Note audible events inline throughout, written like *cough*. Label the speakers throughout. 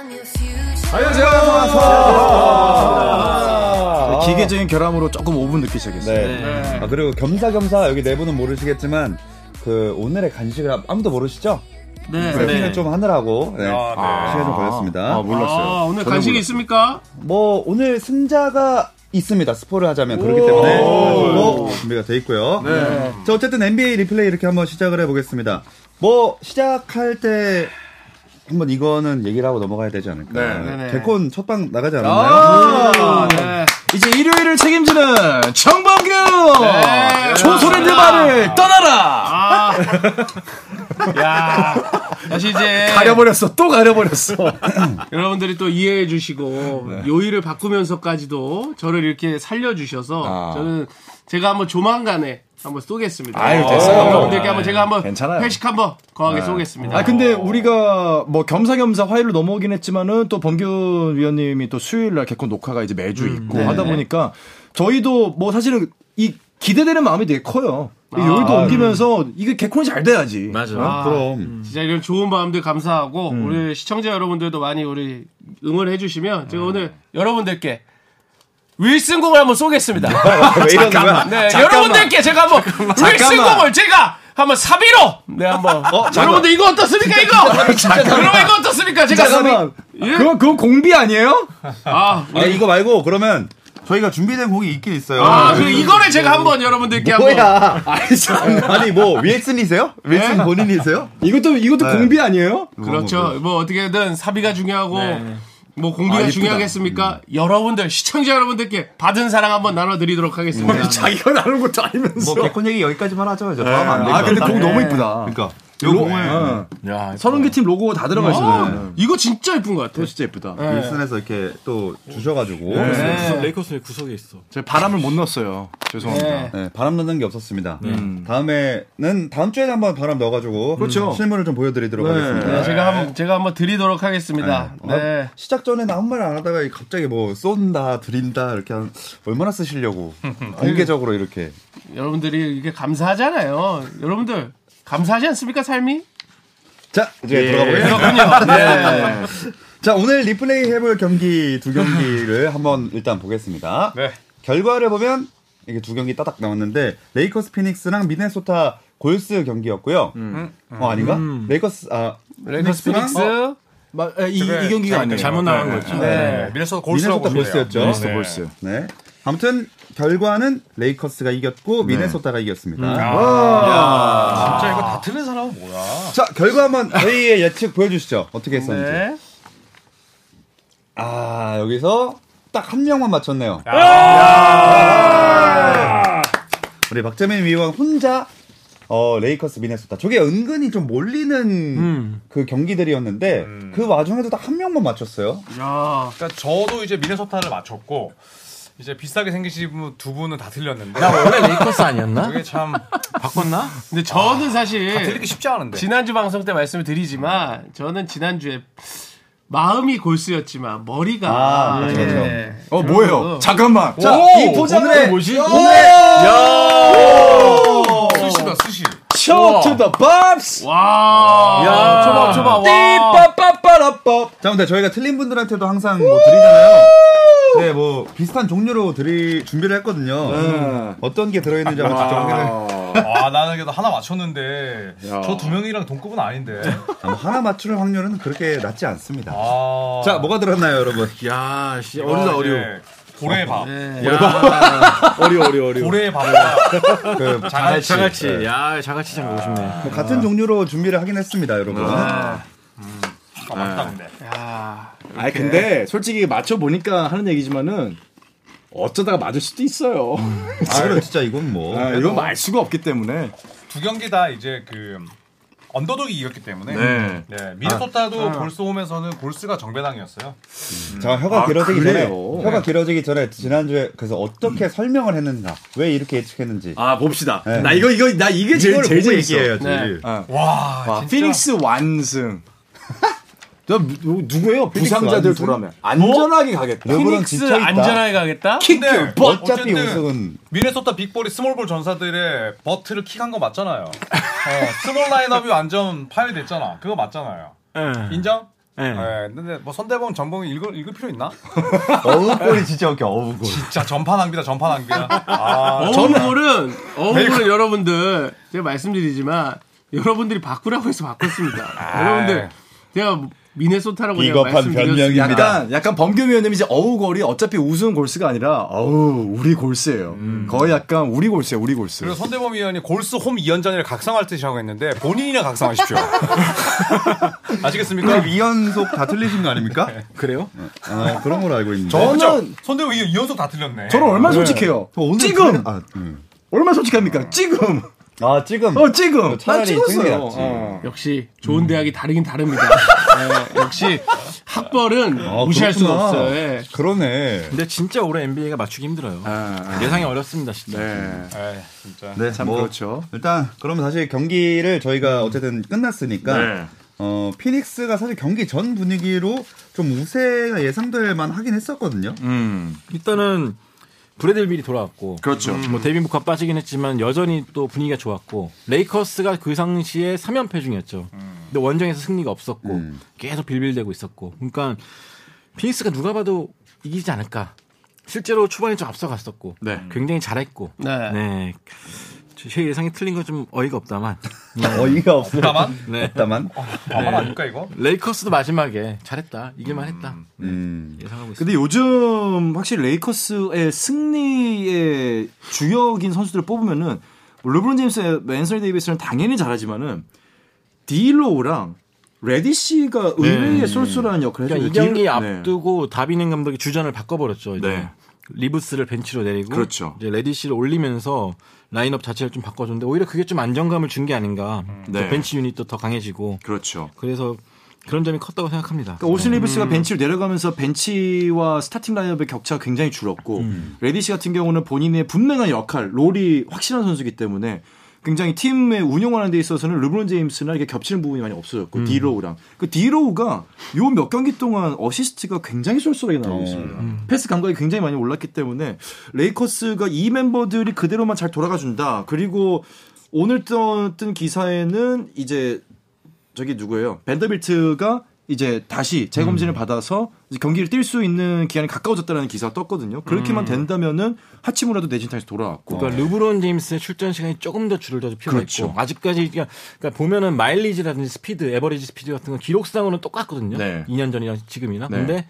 Speaker 1: 안녕하세요.
Speaker 2: 아.
Speaker 3: 기계적인 결함으로 조금 5분 늦게 시작했어요.
Speaker 2: 네. 아, 그리고 겸사겸사 여기 네 분은 모르시겠지만 그 오늘의 간식을 아- 아무도 모르시죠?
Speaker 4: 네.
Speaker 2: 세팅을 좀 하느라고 네.
Speaker 1: 아,
Speaker 2: 시간 좀 걸렸습니다.
Speaker 3: 아, 몰랐어요.
Speaker 4: 아, 오늘
Speaker 3: 저는
Speaker 4: 간식이
Speaker 3: 몰랐어요.
Speaker 4: 있습니까?
Speaker 2: 뭐 오늘 승자가 있습니다. 스포를 하자면 그렇기 때문에
Speaker 4: 오.
Speaker 2: 뭐 준비가 돼 있고요. 자 어쨌든 NBA 리플레이 이렇게 한번 시작을 해보겠습니다. 뭐 시작할 때 한번 이거는 얘기를 하고 넘어가야 되지 않을까.
Speaker 1: 네,
Speaker 4: 네.
Speaker 2: 개콘 첫방 나가지 않았나요?
Speaker 3: 아,
Speaker 4: 네.
Speaker 3: 이제 일요일을 책임지는 정범규
Speaker 4: 네.
Speaker 3: 조선의 대발을 떠나라.
Speaker 4: 아. 야. 다시 이제
Speaker 3: 가려버렸어. 또 가려버렸어.
Speaker 4: 여러분들이 또 이해해 주시고
Speaker 3: 네.
Speaker 4: 요일을 바꾸면서까지도 저를 이렇게 살려 주셔서
Speaker 3: 아.
Speaker 4: 저는 제가 한번 조만간에 한번 쏘겠습니다.
Speaker 3: 아유,
Speaker 4: 어,
Speaker 3: 됐어요.
Speaker 4: 여러분들께 한번 제가 한번
Speaker 3: 괜찮아요.
Speaker 4: 회식 한번 거하게 쏘겠습니다.
Speaker 3: 아 근데 우리가 뭐 겸사겸사 화요일로 넘어오긴 했지만은 또 범규 위원님이 또 수요일 날 개콘 녹화가 이제 매주 있고 하다 보니까 저희도 뭐 사실은 이 기대되는 마음이 되게 커요. 이 요일도 옮기면서 이게 개콘이 잘 돼야지.
Speaker 5: 맞아.
Speaker 4: 아,
Speaker 2: 그럼
Speaker 4: 진짜 이런 좋은 마음들 감사하고 우리 시청자 여러분들도 많이 우리 응원해 주시면
Speaker 3: 네.
Speaker 4: 제가 오늘 여러분들께 윌슨공을 한번
Speaker 3: *laughs*
Speaker 4: 쏘겠습니다.
Speaker 2: 왜 이러는 거야?
Speaker 4: 네, 여러분들께 제가 한번 윌슨공을 제가 한번 사비로 네 한번
Speaker 2: 어,
Speaker 4: 여러분들 이거 어떻습니까 이거? 여러분 이거 어떻습니까? 제가
Speaker 3: 잠깐만.
Speaker 4: 예?
Speaker 3: 그건 그건 공비 아니에요?
Speaker 4: 아,
Speaker 2: 아, 이거 말고 그러면 저희가 준비된 곡이 있긴 있어요.
Speaker 4: 아, 그 이거를 제가 한번 여러분들께
Speaker 1: 아,
Speaker 4: 한번
Speaker 2: 뭐야? 아니, 뭐 윌슨이세요? 윌슨
Speaker 1: 네?
Speaker 2: 본인이세요?
Speaker 3: *laughs* 이것도 이것도 공비 아니에요?
Speaker 4: 그렇죠. 뭐 어떻게든 사비가 중요하고 뭐 공비가
Speaker 2: 아, 이쁘다.
Speaker 4: 중요하겠습니까? 여러분들 시청자 여러분들께 받은 사랑 한번 나눠드리도록 하겠습니다.
Speaker 3: 자기가 나는 것도 아니면서.
Speaker 1: 뭐 개콘 얘기 여기까지만 네. 하죠. 이제 더 하면
Speaker 2: 네.
Speaker 1: 안 돼.
Speaker 3: 아 근데 곡 너무 이쁘다.
Speaker 2: 그러니까 요 공을
Speaker 3: 서른개 어. 팀 로고 다 들어가 있어요.
Speaker 4: 아, 이거 진짜 예쁜 것 같아.
Speaker 3: 그거 진짜 예쁘다.
Speaker 2: 네. 윌슨에서 이렇게 또 주셔가지고
Speaker 1: 네.
Speaker 2: 네.
Speaker 6: 네.
Speaker 5: 레이커스의 구석에 있어.
Speaker 3: 제가 바람을 못 넣었어요. 죄송합니다.
Speaker 2: 네, 바람 넣는 게 없었습니다.
Speaker 1: 네. 음.
Speaker 2: 다음에는 다음 주에 한번 바람 넣어가지고
Speaker 3: 그렇죠.
Speaker 2: 실물을 좀 보여드리도록 하겠습니다.
Speaker 4: 네, 제가 한번 제가 한번 드리도록 하겠습니다.
Speaker 2: 어,
Speaker 4: 네.
Speaker 2: 시작 전에 나 아무 말 안 하다가 갑자기 뭐 쏜다, 드린다 이렇게 한
Speaker 1: *laughs*
Speaker 2: 얼마나 쓰시려고 공개적으로 이렇게
Speaker 4: 여러분들이 이게 감사하잖아요. 여러분들 감사하지 않습니까 삶이?
Speaker 2: 자 이제 들어가 보겠습니다.
Speaker 4: 예.
Speaker 2: *laughs*
Speaker 4: 그렇군요. 네.
Speaker 2: 자, 오늘 리플레이 해볼 경기 두 경기를 *laughs* 한번 일단 보겠습니다.
Speaker 4: 네.
Speaker 2: 결과를 보면 이게 두 경기 따닥 나왔는데 레이커스 피닉스랑 미네소타 골스 경기였고요. 어 아닌가? 레이커스 아
Speaker 4: 음.
Speaker 2: 어,
Speaker 4: 레이커스 피닉스
Speaker 3: 마- 에, 이, 이 경기가 아니에요.
Speaker 5: 잘못 나간 거죠.
Speaker 4: 네.
Speaker 5: 어? 미네소타
Speaker 2: 미네소타
Speaker 5: 골스라고 보세요.
Speaker 2: 골스였죠.
Speaker 3: 미스터 볼스.
Speaker 2: 네. 아무튼 결과는 레이커스가 이겼고 미네소타가
Speaker 4: 음.
Speaker 2: 이겼습니다.
Speaker 4: 아.
Speaker 5: 진짜 이거 다 틀린 사람은 뭐야?
Speaker 2: 자, 결과 한번 저희의 예측 보여주시죠. 어떻게 했었는지.
Speaker 4: 네.
Speaker 2: 아 여기서 딱 한 명만 맞췄네요. 우리 박재민 위원 혼자 어, 레이커스 미네소타 저게 은근히 좀 몰리는 그 경기들이었는데 그 와중에도 딱 한 명만 맞췄어요.
Speaker 4: 음. 야.
Speaker 5: 그러니까 저도 이제 미네소타를 맞췄고 이제 비싸게 생기신 분 두 분은 다 틀렸는데
Speaker 6: 원래 레이커스 아니었나?
Speaker 5: 그게 참
Speaker 6: 바꿨나?
Speaker 4: 근데 저는
Speaker 5: 틀리기
Speaker 4: 사실
Speaker 5: 쉽지 않은데.
Speaker 4: 지난주 방송 때 말씀을 드리지만 저는 지난주에 마음이 골수였지만 머리가
Speaker 2: 아,
Speaker 5: 그렇죠,
Speaker 2: 맞아, 맞아.
Speaker 4: 예.
Speaker 3: 어 뭐예요? 잠깐만. 자, 이
Speaker 2: 오늘의
Speaker 3: 포장은 뭐지?
Speaker 5: 어. 수시다 수시.
Speaker 3: 쇼트 더 밥스.
Speaker 4: 와.
Speaker 5: 야.
Speaker 4: 초밥 초밥. 와.
Speaker 2: *laughs*
Speaker 3: 띠빠빠빠라빠.
Speaker 2: 자, 근데 저희가 틀린 분들한테도 항상 뭐 드리잖아요. 네, 뭐 비슷한 종류로 드리 준비를 했거든요. 어떤 게 들어있는지 한번 직접 확인을.
Speaker 5: 아 나는 그래도 하나 맞췄는데 저 두 명이랑 동급은 아닌데.
Speaker 2: 아마 하나 맞출 확률은 그렇게 낮지 않습니다.
Speaker 5: 아.
Speaker 2: 자, 뭐가 들었나요, 여러분?
Speaker 6: 야, 아, 씨,
Speaker 5: 이거
Speaker 6: 어리다,
Speaker 5: 이제
Speaker 6: 어려.
Speaker 5: 고래의 밥.
Speaker 6: 어려, 어려, 어려.
Speaker 5: 고래의 밥과
Speaker 2: 그
Speaker 5: 장아찌. 네.
Speaker 6: 자갈치. 야, 자갈치 참 먹고 싶네.
Speaker 2: 뭐 같은 종류로 준비를 하긴 했습니다, 여러분.
Speaker 5: 아, 맞다 근데.
Speaker 3: 아 근데 솔직히 맞춰 보니까 하는 얘기지만은 어쩌다가 맞을 수도 있어요.
Speaker 2: 아, 그래, 진짜 이건 뭐.
Speaker 3: 아, 이건 알 수가 없기 때문에.
Speaker 5: 두 경기 다 이제 그 언더독이 이겼기 때문에
Speaker 6: 네.
Speaker 5: 네, 미네소타도 골스 홈에서는 골스가 정배당이었어요.
Speaker 2: 자, 혀가 길어지기
Speaker 3: 그래요?
Speaker 2: 전에, 혀가 길어지기 전에 지난주에 그래서 어떻게 설명을 했는가, 왜 이렇게 예측했는지.
Speaker 6: 아, 봅시다.
Speaker 2: 네.
Speaker 6: 나 이거, 이거, 나 이게 제일,
Speaker 2: 이걸
Speaker 6: 제일
Speaker 2: 보고
Speaker 6: 재밌어.
Speaker 2: 얘기해야지.
Speaker 4: 네.
Speaker 5: 와,
Speaker 3: 와,
Speaker 5: 진짜.
Speaker 3: 아, 피닉스 *laughs* 완승. 너 누- 누구예요? 어? 부상자들
Speaker 2: 완승?
Speaker 3: 돌아면 안전하게 가겠다.
Speaker 2: 르브론
Speaker 4: 피닉스
Speaker 2: 지쳐있다.
Speaker 4: 안전하게 가겠다.
Speaker 5: 근데
Speaker 2: 어차피
Speaker 5: 어쨌든
Speaker 2: *laughs* 우승은
Speaker 5: 미네소타 빅볼이 스몰볼 전사들의 버트를 킥한 거 맞잖아요. 어, 스몰 라인업이 완전 파열됐잖아. 그거 맞잖아요. 인정?
Speaker 6: 네.
Speaker 5: 예, 근데 뭐 선대본 전봉 읽을 읽을 필요 있나?
Speaker 7: 어우골이 진짜 웃겨. 어우골.
Speaker 5: 진짜 전파 낭비다 전파 낭비야. 아,
Speaker 4: 어우볼은 어우볼은 여러분들 제가 말씀드리지만 여러분들이 바꾸라고 해서 바꿨습니다. 여러분들 제가 미네소타라고 제가
Speaker 2: 아. 비겁한 변명이야.
Speaker 4: 말씀드렸습니다.
Speaker 3: 약간 약간 범규 위원님이 이제 어우골이 어차피 우승 골스가 아니라 어우 우리 골스예요. 거의 약간 우리 골스예요, 우리 골스.
Speaker 5: 그리고 선대범 위원이 골스 홈 2연전을 각성할 듯이라고 했는데 본인이나 각성하십시오. *laughs*
Speaker 2: 그
Speaker 5: 아시겠습니까?
Speaker 2: 2연속 다 틀리신 거 아닙니까?
Speaker 6: 그래요?
Speaker 5: 네.
Speaker 2: 아, 그런 걸로 알고 있는데.
Speaker 3: 저는
Speaker 5: 선대범 위원 2연속 다 틀렸네.
Speaker 3: 저는 얼마나 솔직해요. 지금
Speaker 2: 아, 음.
Speaker 3: 얼마나 솔직합니까? 지금
Speaker 2: 아, 지금.
Speaker 3: 어 지금 난
Speaker 2: 차라리
Speaker 3: 찍었어요.
Speaker 2: 찍는 게 낫지.
Speaker 3: 어.
Speaker 4: 역시
Speaker 2: 음.
Speaker 4: 좋은 대학이 다르긴 다릅니다. 예, 역시 학벌은
Speaker 2: 아,
Speaker 4: 무시할 수가
Speaker 2: 그렇구나.
Speaker 4: 없어요. 예.
Speaker 2: 그러네.
Speaker 6: 근데 진짜 올해 NBA가 맞추기 힘들어요. 예상이 어렵습니다, 진짜.
Speaker 3: 아, 네.
Speaker 6: 아,
Speaker 5: 에이, 진짜.
Speaker 2: 네,
Speaker 3: 참
Speaker 2: 뭐,
Speaker 3: 그렇죠.
Speaker 2: 일단 그러면 다시 경기를 저희가 어쨌든 끝났으니까
Speaker 6: 네.
Speaker 2: 어 피닉스가 사실 경기 전 분위기로 좀 우세가 예상될 만 하긴 했었거든요.
Speaker 6: 일단은 브래들빌이 돌아왔고
Speaker 3: 그렇죠.
Speaker 6: 뭐 데빈 부카 빠지긴 했지만 여전히 또 분위기가 좋았고 레이커스가 그 당시에 3연패 중이었죠.
Speaker 5: 음.
Speaker 6: 근데 원정에서 승리가 없었고
Speaker 2: 음.
Speaker 6: 계속 빌빌대고 있었고 그러니까 피닉스가 누가 봐도 이기지 않을까. 실제로 초반에 좀 앞서갔었고
Speaker 3: 네.
Speaker 6: 굉장히 잘했고
Speaker 4: 네.
Speaker 6: 네. 제 예상이 틀린 건 좀 어이가 없다만
Speaker 2: 뭐 어이가 없어. *laughs*
Speaker 5: 다만
Speaker 6: 네.
Speaker 2: 다만. 어.
Speaker 5: 다만 아닙니까 이거?
Speaker 6: *laughs* 레이커스도 마지막에 잘했다 이길만 했다 네. 그
Speaker 2: 음.
Speaker 6: 예상하고 있습니다.
Speaker 3: 근데 요즘 확실히 레이커스의 승리의 주역인 선수들을 뽑으면은 뭐 르브론 제임스, 앤서니 데이비스는 당연히 잘하지만은 딜로우랑 레디시가 의외의 쏠쏠한 역할을
Speaker 6: 네. 그러니까 이
Speaker 3: 해줘요.
Speaker 6: 경기
Speaker 3: 딜- 네.
Speaker 6: 앞두고 다비닝 감독이 주전을 바꿔버렸죠. 이제
Speaker 3: 네.
Speaker 6: 리브스를 벤치로 내리고
Speaker 3: 그렇죠.
Speaker 6: 이제 레디시를 올리면서 라인업 자체를 좀 바꿔줬는데 오히려 그게 좀 안정감을 준 게 아닌가. 또
Speaker 3: 네.
Speaker 6: 벤치 유닛도 더 강해지고
Speaker 3: 그렇죠.
Speaker 6: 그래서 그런 점이 컸다고 생각합니다. 음.
Speaker 3: 그러니까 오슬 리브스가 벤치로 내려가면서 벤치와 스타팅 라인업의 격차가 굉장히 줄었고
Speaker 6: 음.
Speaker 3: 레디시 같은 경우는 본인의 분명한 역할, 롤이 확실한 선수이기 때문에 굉장히 팀의 운영하는 데 있어서는 르브론 제임스나 이게 겹치는 부분이 많이
Speaker 6: 음.
Speaker 3: 없어졌고 디로우랑 그 디로우가 요 몇 경기 동안 어시스트가 굉장히 쏠쏠하게 나오고
Speaker 6: 음.
Speaker 3: 있습니다. 패스 감각이 굉장히 많이 올랐기 때문에 레이커스가 이 멤버들이 그대로만 잘 돌아가 준다. 그리고 오늘 뜬, 뜬 기사에는 이제 저기 누구예요? 벤더빌트가 이제 다시 재검진을 받아서 이제 경기를 뛸 수 있는 기한이 가까워졌다는 기사가 떴거든요. 그렇게만 된다면은 하치무라도 내진타에서 돌아왔고.
Speaker 6: 그러니까 르브론 제임스의 출전 시간이 조금 더 줄어들 필요가
Speaker 3: 그렇죠.
Speaker 6: 있고 아직까지 그러니까, 그러니까 보면은 마일리지라든지 스피드, 에버리지 스피드 같은 건 기록상으로는 똑같거든요.
Speaker 3: 네.
Speaker 6: 2년 전이랑 지금이나.
Speaker 3: 네.
Speaker 6: 근데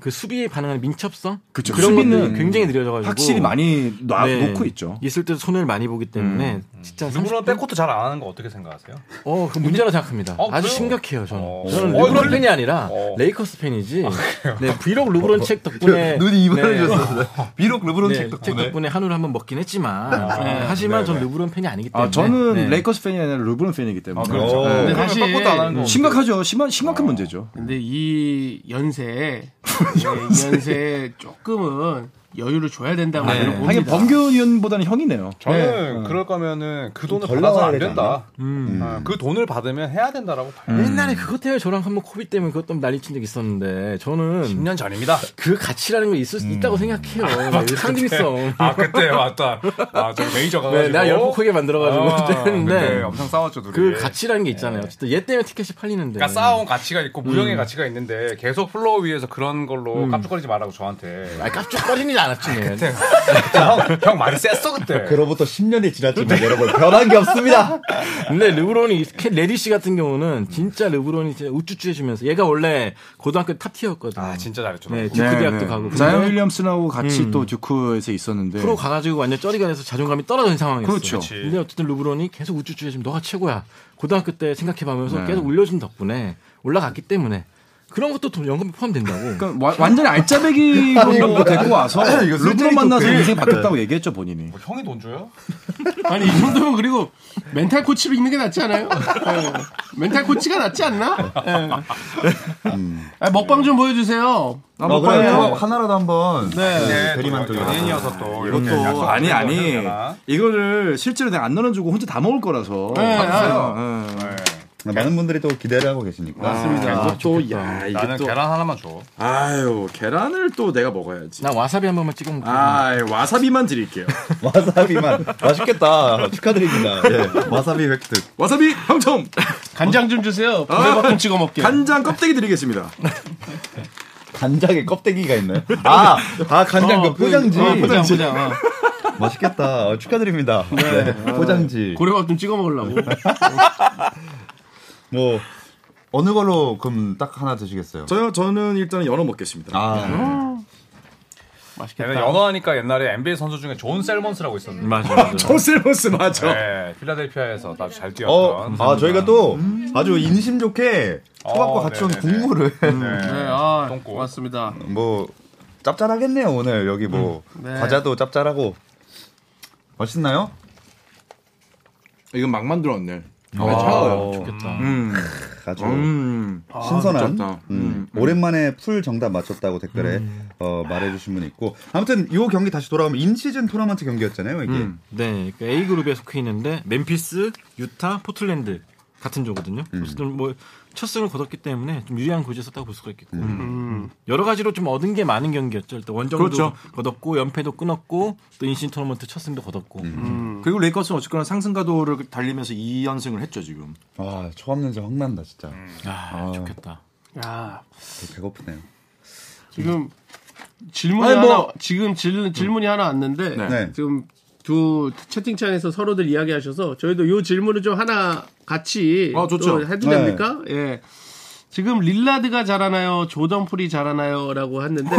Speaker 6: 그 수비에 반응하는 민첩성
Speaker 3: 그쵸.
Speaker 6: 런 것들이
Speaker 3: 수비는
Speaker 6: 굉장히 느려져가지고
Speaker 3: 확실히 많이 놔,
Speaker 6: 네.
Speaker 3: 놓고 있죠. 음.
Speaker 6: 있을 때 손해를 많이 보기 때문에 진짜
Speaker 5: 누구나
Speaker 6: 30분?
Speaker 5: 백코트 잘 안 하는 거 어떻게 생각하세요?
Speaker 6: 어, 그 문제라 생각합니다.
Speaker 5: 어,
Speaker 6: 아주
Speaker 5: 그래요?
Speaker 6: 심각해요, 저는.
Speaker 5: 어.
Speaker 6: 저는
Speaker 5: 어,
Speaker 6: 르브론
Speaker 5: 그래?
Speaker 6: 팬이 아니라
Speaker 5: 어.
Speaker 6: 레이커스 팬이지. 네, 비록 르브론 책 덕분에
Speaker 2: 눈이
Speaker 6: 네,
Speaker 5: *laughs*
Speaker 2: 이번해졌어. 비록 르브론
Speaker 6: 네,
Speaker 2: 책
Speaker 6: 책
Speaker 2: 덕분에.
Speaker 6: 덕분에 한우를 한번 먹긴 했지만 네, 하지만 전 르브론 팬이 아니기 때문에
Speaker 3: 아, 저는
Speaker 6: 네.
Speaker 3: 레이커스 팬이 아니라 르브론 팬이기 때문에. 네.
Speaker 2: 그렇죠.
Speaker 4: 근데
Speaker 5: 그러면
Speaker 4: 사실
Speaker 5: 백코트 안 하는 거
Speaker 3: 심각하죠. 심한, 심각한 문제죠.
Speaker 4: 근데 이 연세에
Speaker 2: *laughs*
Speaker 4: 네, 이 연세에 조금은 여유를 줘야 된다고
Speaker 2: 네.
Speaker 4: 저는 네. 봅니다.
Speaker 3: 네. 하긴 범규 의원보다는 형이네요.
Speaker 5: 저는 그럴 거면은 그 돈을
Speaker 2: 덜
Speaker 5: 받아서
Speaker 2: 나와야
Speaker 5: 안
Speaker 2: 되지
Speaker 5: 된다. 아, 그 돈을 받으면 해야 된다라고 봐요.
Speaker 6: 옛날에 그것 때문에 저랑 한번 코비 때문에 그것 때문에 난리 친 적 있었는데 저는
Speaker 5: 10년 전입니다.
Speaker 6: 그 가치라는 게 있을 수 있다고 생각해요. 네, 상징성.
Speaker 5: 아 그때 맞다. 아저 메이저 가가지고.
Speaker 6: 네, 내가 열폭하게
Speaker 5: 아,
Speaker 6: 만들어가지고
Speaker 5: 그때
Speaker 6: 했는데
Speaker 5: 엄청 싸웠죠 둘이.
Speaker 6: 그 가치라는 게 있잖아요. 어쨌든 얘 때문에 티켓이 팔리는데.
Speaker 5: 그러니까 싸운 가치가 있고 무형의 가치가 있는데 계속 플로어 위에서 그런 걸로 깜짝거리지 말라고 저한테.
Speaker 6: 아 깜짝거리는 않았지. 네.
Speaker 5: 형, 형 많이 셌어 그때.
Speaker 2: 네, 그로부터 10년이 지났지만 여러분 변한 게 없습니다.
Speaker 6: 근데 르브론이 특히 레디시 같은 경우는 진짜 르브론이 진짜 우쭈쭈해주면서 얘가 원래 고등학교 탑티어였거든.
Speaker 5: 아 진짜 잘했죠.
Speaker 6: 네, 듀크 대학도 가고. 근데
Speaker 3: 자이언 윌리엄슨하고 같이 또 듀크에서 있었는데.
Speaker 6: 프로 가가지고 완전 쩌리가 돼서 자존감이 떨어진 상황이었어.
Speaker 3: 네. 그렇죠.
Speaker 5: 그치.
Speaker 6: 근데 어쨌든 르브론이 계속 우쭈쭈해지면 너가 최고야. 고등학교 때 생각해보면서
Speaker 3: 네.
Speaker 6: 계속 울려준 덕분에 올라갔기 때문에 그런 것도 돈- 연금에 포함된다고.
Speaker 3: 그러니까 와- 완전히 알짜배기로 데리고 와서
Speaker 2: 이거
Speaker 3: 르브론
Speaker 2: 술자리
Speaker 3: 만나서
Speaker 2: 토크.
Speaker 3: 인생 바뀌었다고 얘기했죠 본인이.
Speaker 5: 뭐 형이 돈 줘요?
Speaker 4: 아니 이 정도면 그리고 멘탈 코치로 있는 게 낫지 않아요? 예. 멘탈 코치가 낫지 않나? 예. 아, 먹방 좀 보여주세요.
Speaker 3: 아,
Speaker 2: 어, 그래,
Speaker 3: 먹방이요?
Speaker 2: 그거 하나라도 한번
Speaker 5: 네,
Speaker 2: 대리만
Speaker 5: 또
Speaker 2: 또
Speaker 5: 연예인이어서 또 이렇게
Speaker 3: 이것도
Speaker 5: 약속을
Speaker 3: 음. 아니
Speaker 5: 해야
Speaker 3: 아니
Speaker 5: 되나?
Speaker 3: 이거를 실제로 내가 안 나눠주고 혼자 다 먹을 거라서
Speaker 4: 네,
Speaker 3: 받으세요. 네.
Speaker 5: 네.
Speaker 2: 많은 분들이 또 기대를 하고 계시니까.
Speaker 8: 아,
Speaker 2: 아,
Speaker 4: 맞습니다. 또, 야, 이게
Speaker 5: 나는
Speaker 4: 또.
Speaker 5: 계란 하나만 줘.
Speaker 8: 아유 계란을 또 내가 먹어야지.
Speaker 6: 나 와사비 한 번만 찍어 먹고.
Speaker 8: 아 와사비만 드릴게요.
Speaker 2: 와사비만 맛있겠다. 축하드립니다. 예.
Speaker 9: 와사비 획득.
Speaker 8: 와사비 당첨.
Speaker 4: 간장 좀 주세요. 부대볶음 찍어
Speaker 8: *laughs*
Speaker 4: 먹게.
Speaker 8: 간장 껍데기 드리겠습니다.
Speaker 2: 간장에 껍데기가 있나요? 아, 아 간장 그 포장지.
Speaker 4: 어, 포장, 포장. 어.
Speaker 2: 맛있겠다. 어, 축하드립니다. 네. 포장지.
Speaker 4: 고래밥 좀 찍어 먹으려고.
Speaker 2: 뭐
Speaker 9: 어느 걸로 그럼 딱 하나 드시겠어요?
Speaker 8: 저요 저는 일단은 연어 먹겠습니다. *laughs*
Speaker 2: 음.
Speaker 9: 아,
Speaker 5: 걔는 연어하니까 옛날에 NBA 선수 중에 존 셀먼스라고 있었는데.
Speaker 6: 맞아.
Speaker 8: 토셀버스 맞아.
Speaker 5: 네, 필라델피아에서 아주 잘
Speaker 2: 어,
Speaker 5: 뛰었던.
Speaker 2: 아 저희가 또 아주 인심 좋게 초밥과
Speaker 5: 어,
Speaker 2: 같이 온
Speaker 5: 네네네.
Speaker 2: 국물을
Speaker 5: 음.
Speaker 4: 네, 아,
Speaker 5: 똥꼬.
Speaker 4: 고맙습니다.
Speaker 2: *laughs* 뭐 짭짤하겠네요 오늘 여기 뭐
Speaker 4: 네.
Speaker 2: 과자도 짭짤하고 맛있나요?
Speaker 8: 이건 막 만들었네.
Speaker 3: 아,
Speaker 6: 좋겠다.
Speaker 8: 음,
Speaker 2: 아, 어, 아주
Speaker 8: 음.
Speaker 2: 신선한
Speaker 8: 미쳤다.
Speaker 2: 음, 오랜만에 풀 정답 맞췄다고 댓글에 어, 말해주신 분이 있고 아무튼 요 경기 다시 돌아오면 인시즌 토너먼트 경기였잖아요 이게
Speaker 6: *laughs* 네, 그 A 그룹에 속해 있는데 멤피스, 유타, 포틀랜드 같은 조거든요. 그래서 좀 뭐첫 승을 거뒀기 때문에 좀 유리한 고지에 섰다고 볼 수가 있겠고 여러 가지로 좀 얻은 게 많은 경기였죠. 일단 원정도
Speaker 8: 그렇죠.
Speaker 6: 거뒀고 연패도 끊었고 또 인신 토너먼트 첫 승도 거뒀고
Speaker 3: 그리고 레이커스는 어쨌거나 상승 가도를 달리면서 2연승을 했죠 지금.
Speaker 2: 아 초밥 냄새 확 난다 진짜
Speaker 6: 아, 좋겠다.
Speaker 4: 야,
Speaker 2: 음. 되게 배고프네요
Speaker 4: 지금 질문이
Speaker 8: 아니, 뭐-
Speaker 4: 하나, 지금 질, 질문이 하나 왔는데
Speaker 2: 네.
Speaker 4: 지금 두 채팅창에서 서로들 이야기하셔서 저희도 요 질문을 좀 하나 같이
Speaker 8: 아, 좋죠.
Speaker 4: 또 해도
Speaker 2: 네.
Speaker 4: 됩니까? 예. 지금 릴라드가 잘하나요? 조던풀이
Speaker 8: *laughs*
Speaker 4: 잘하나요?라고 했는데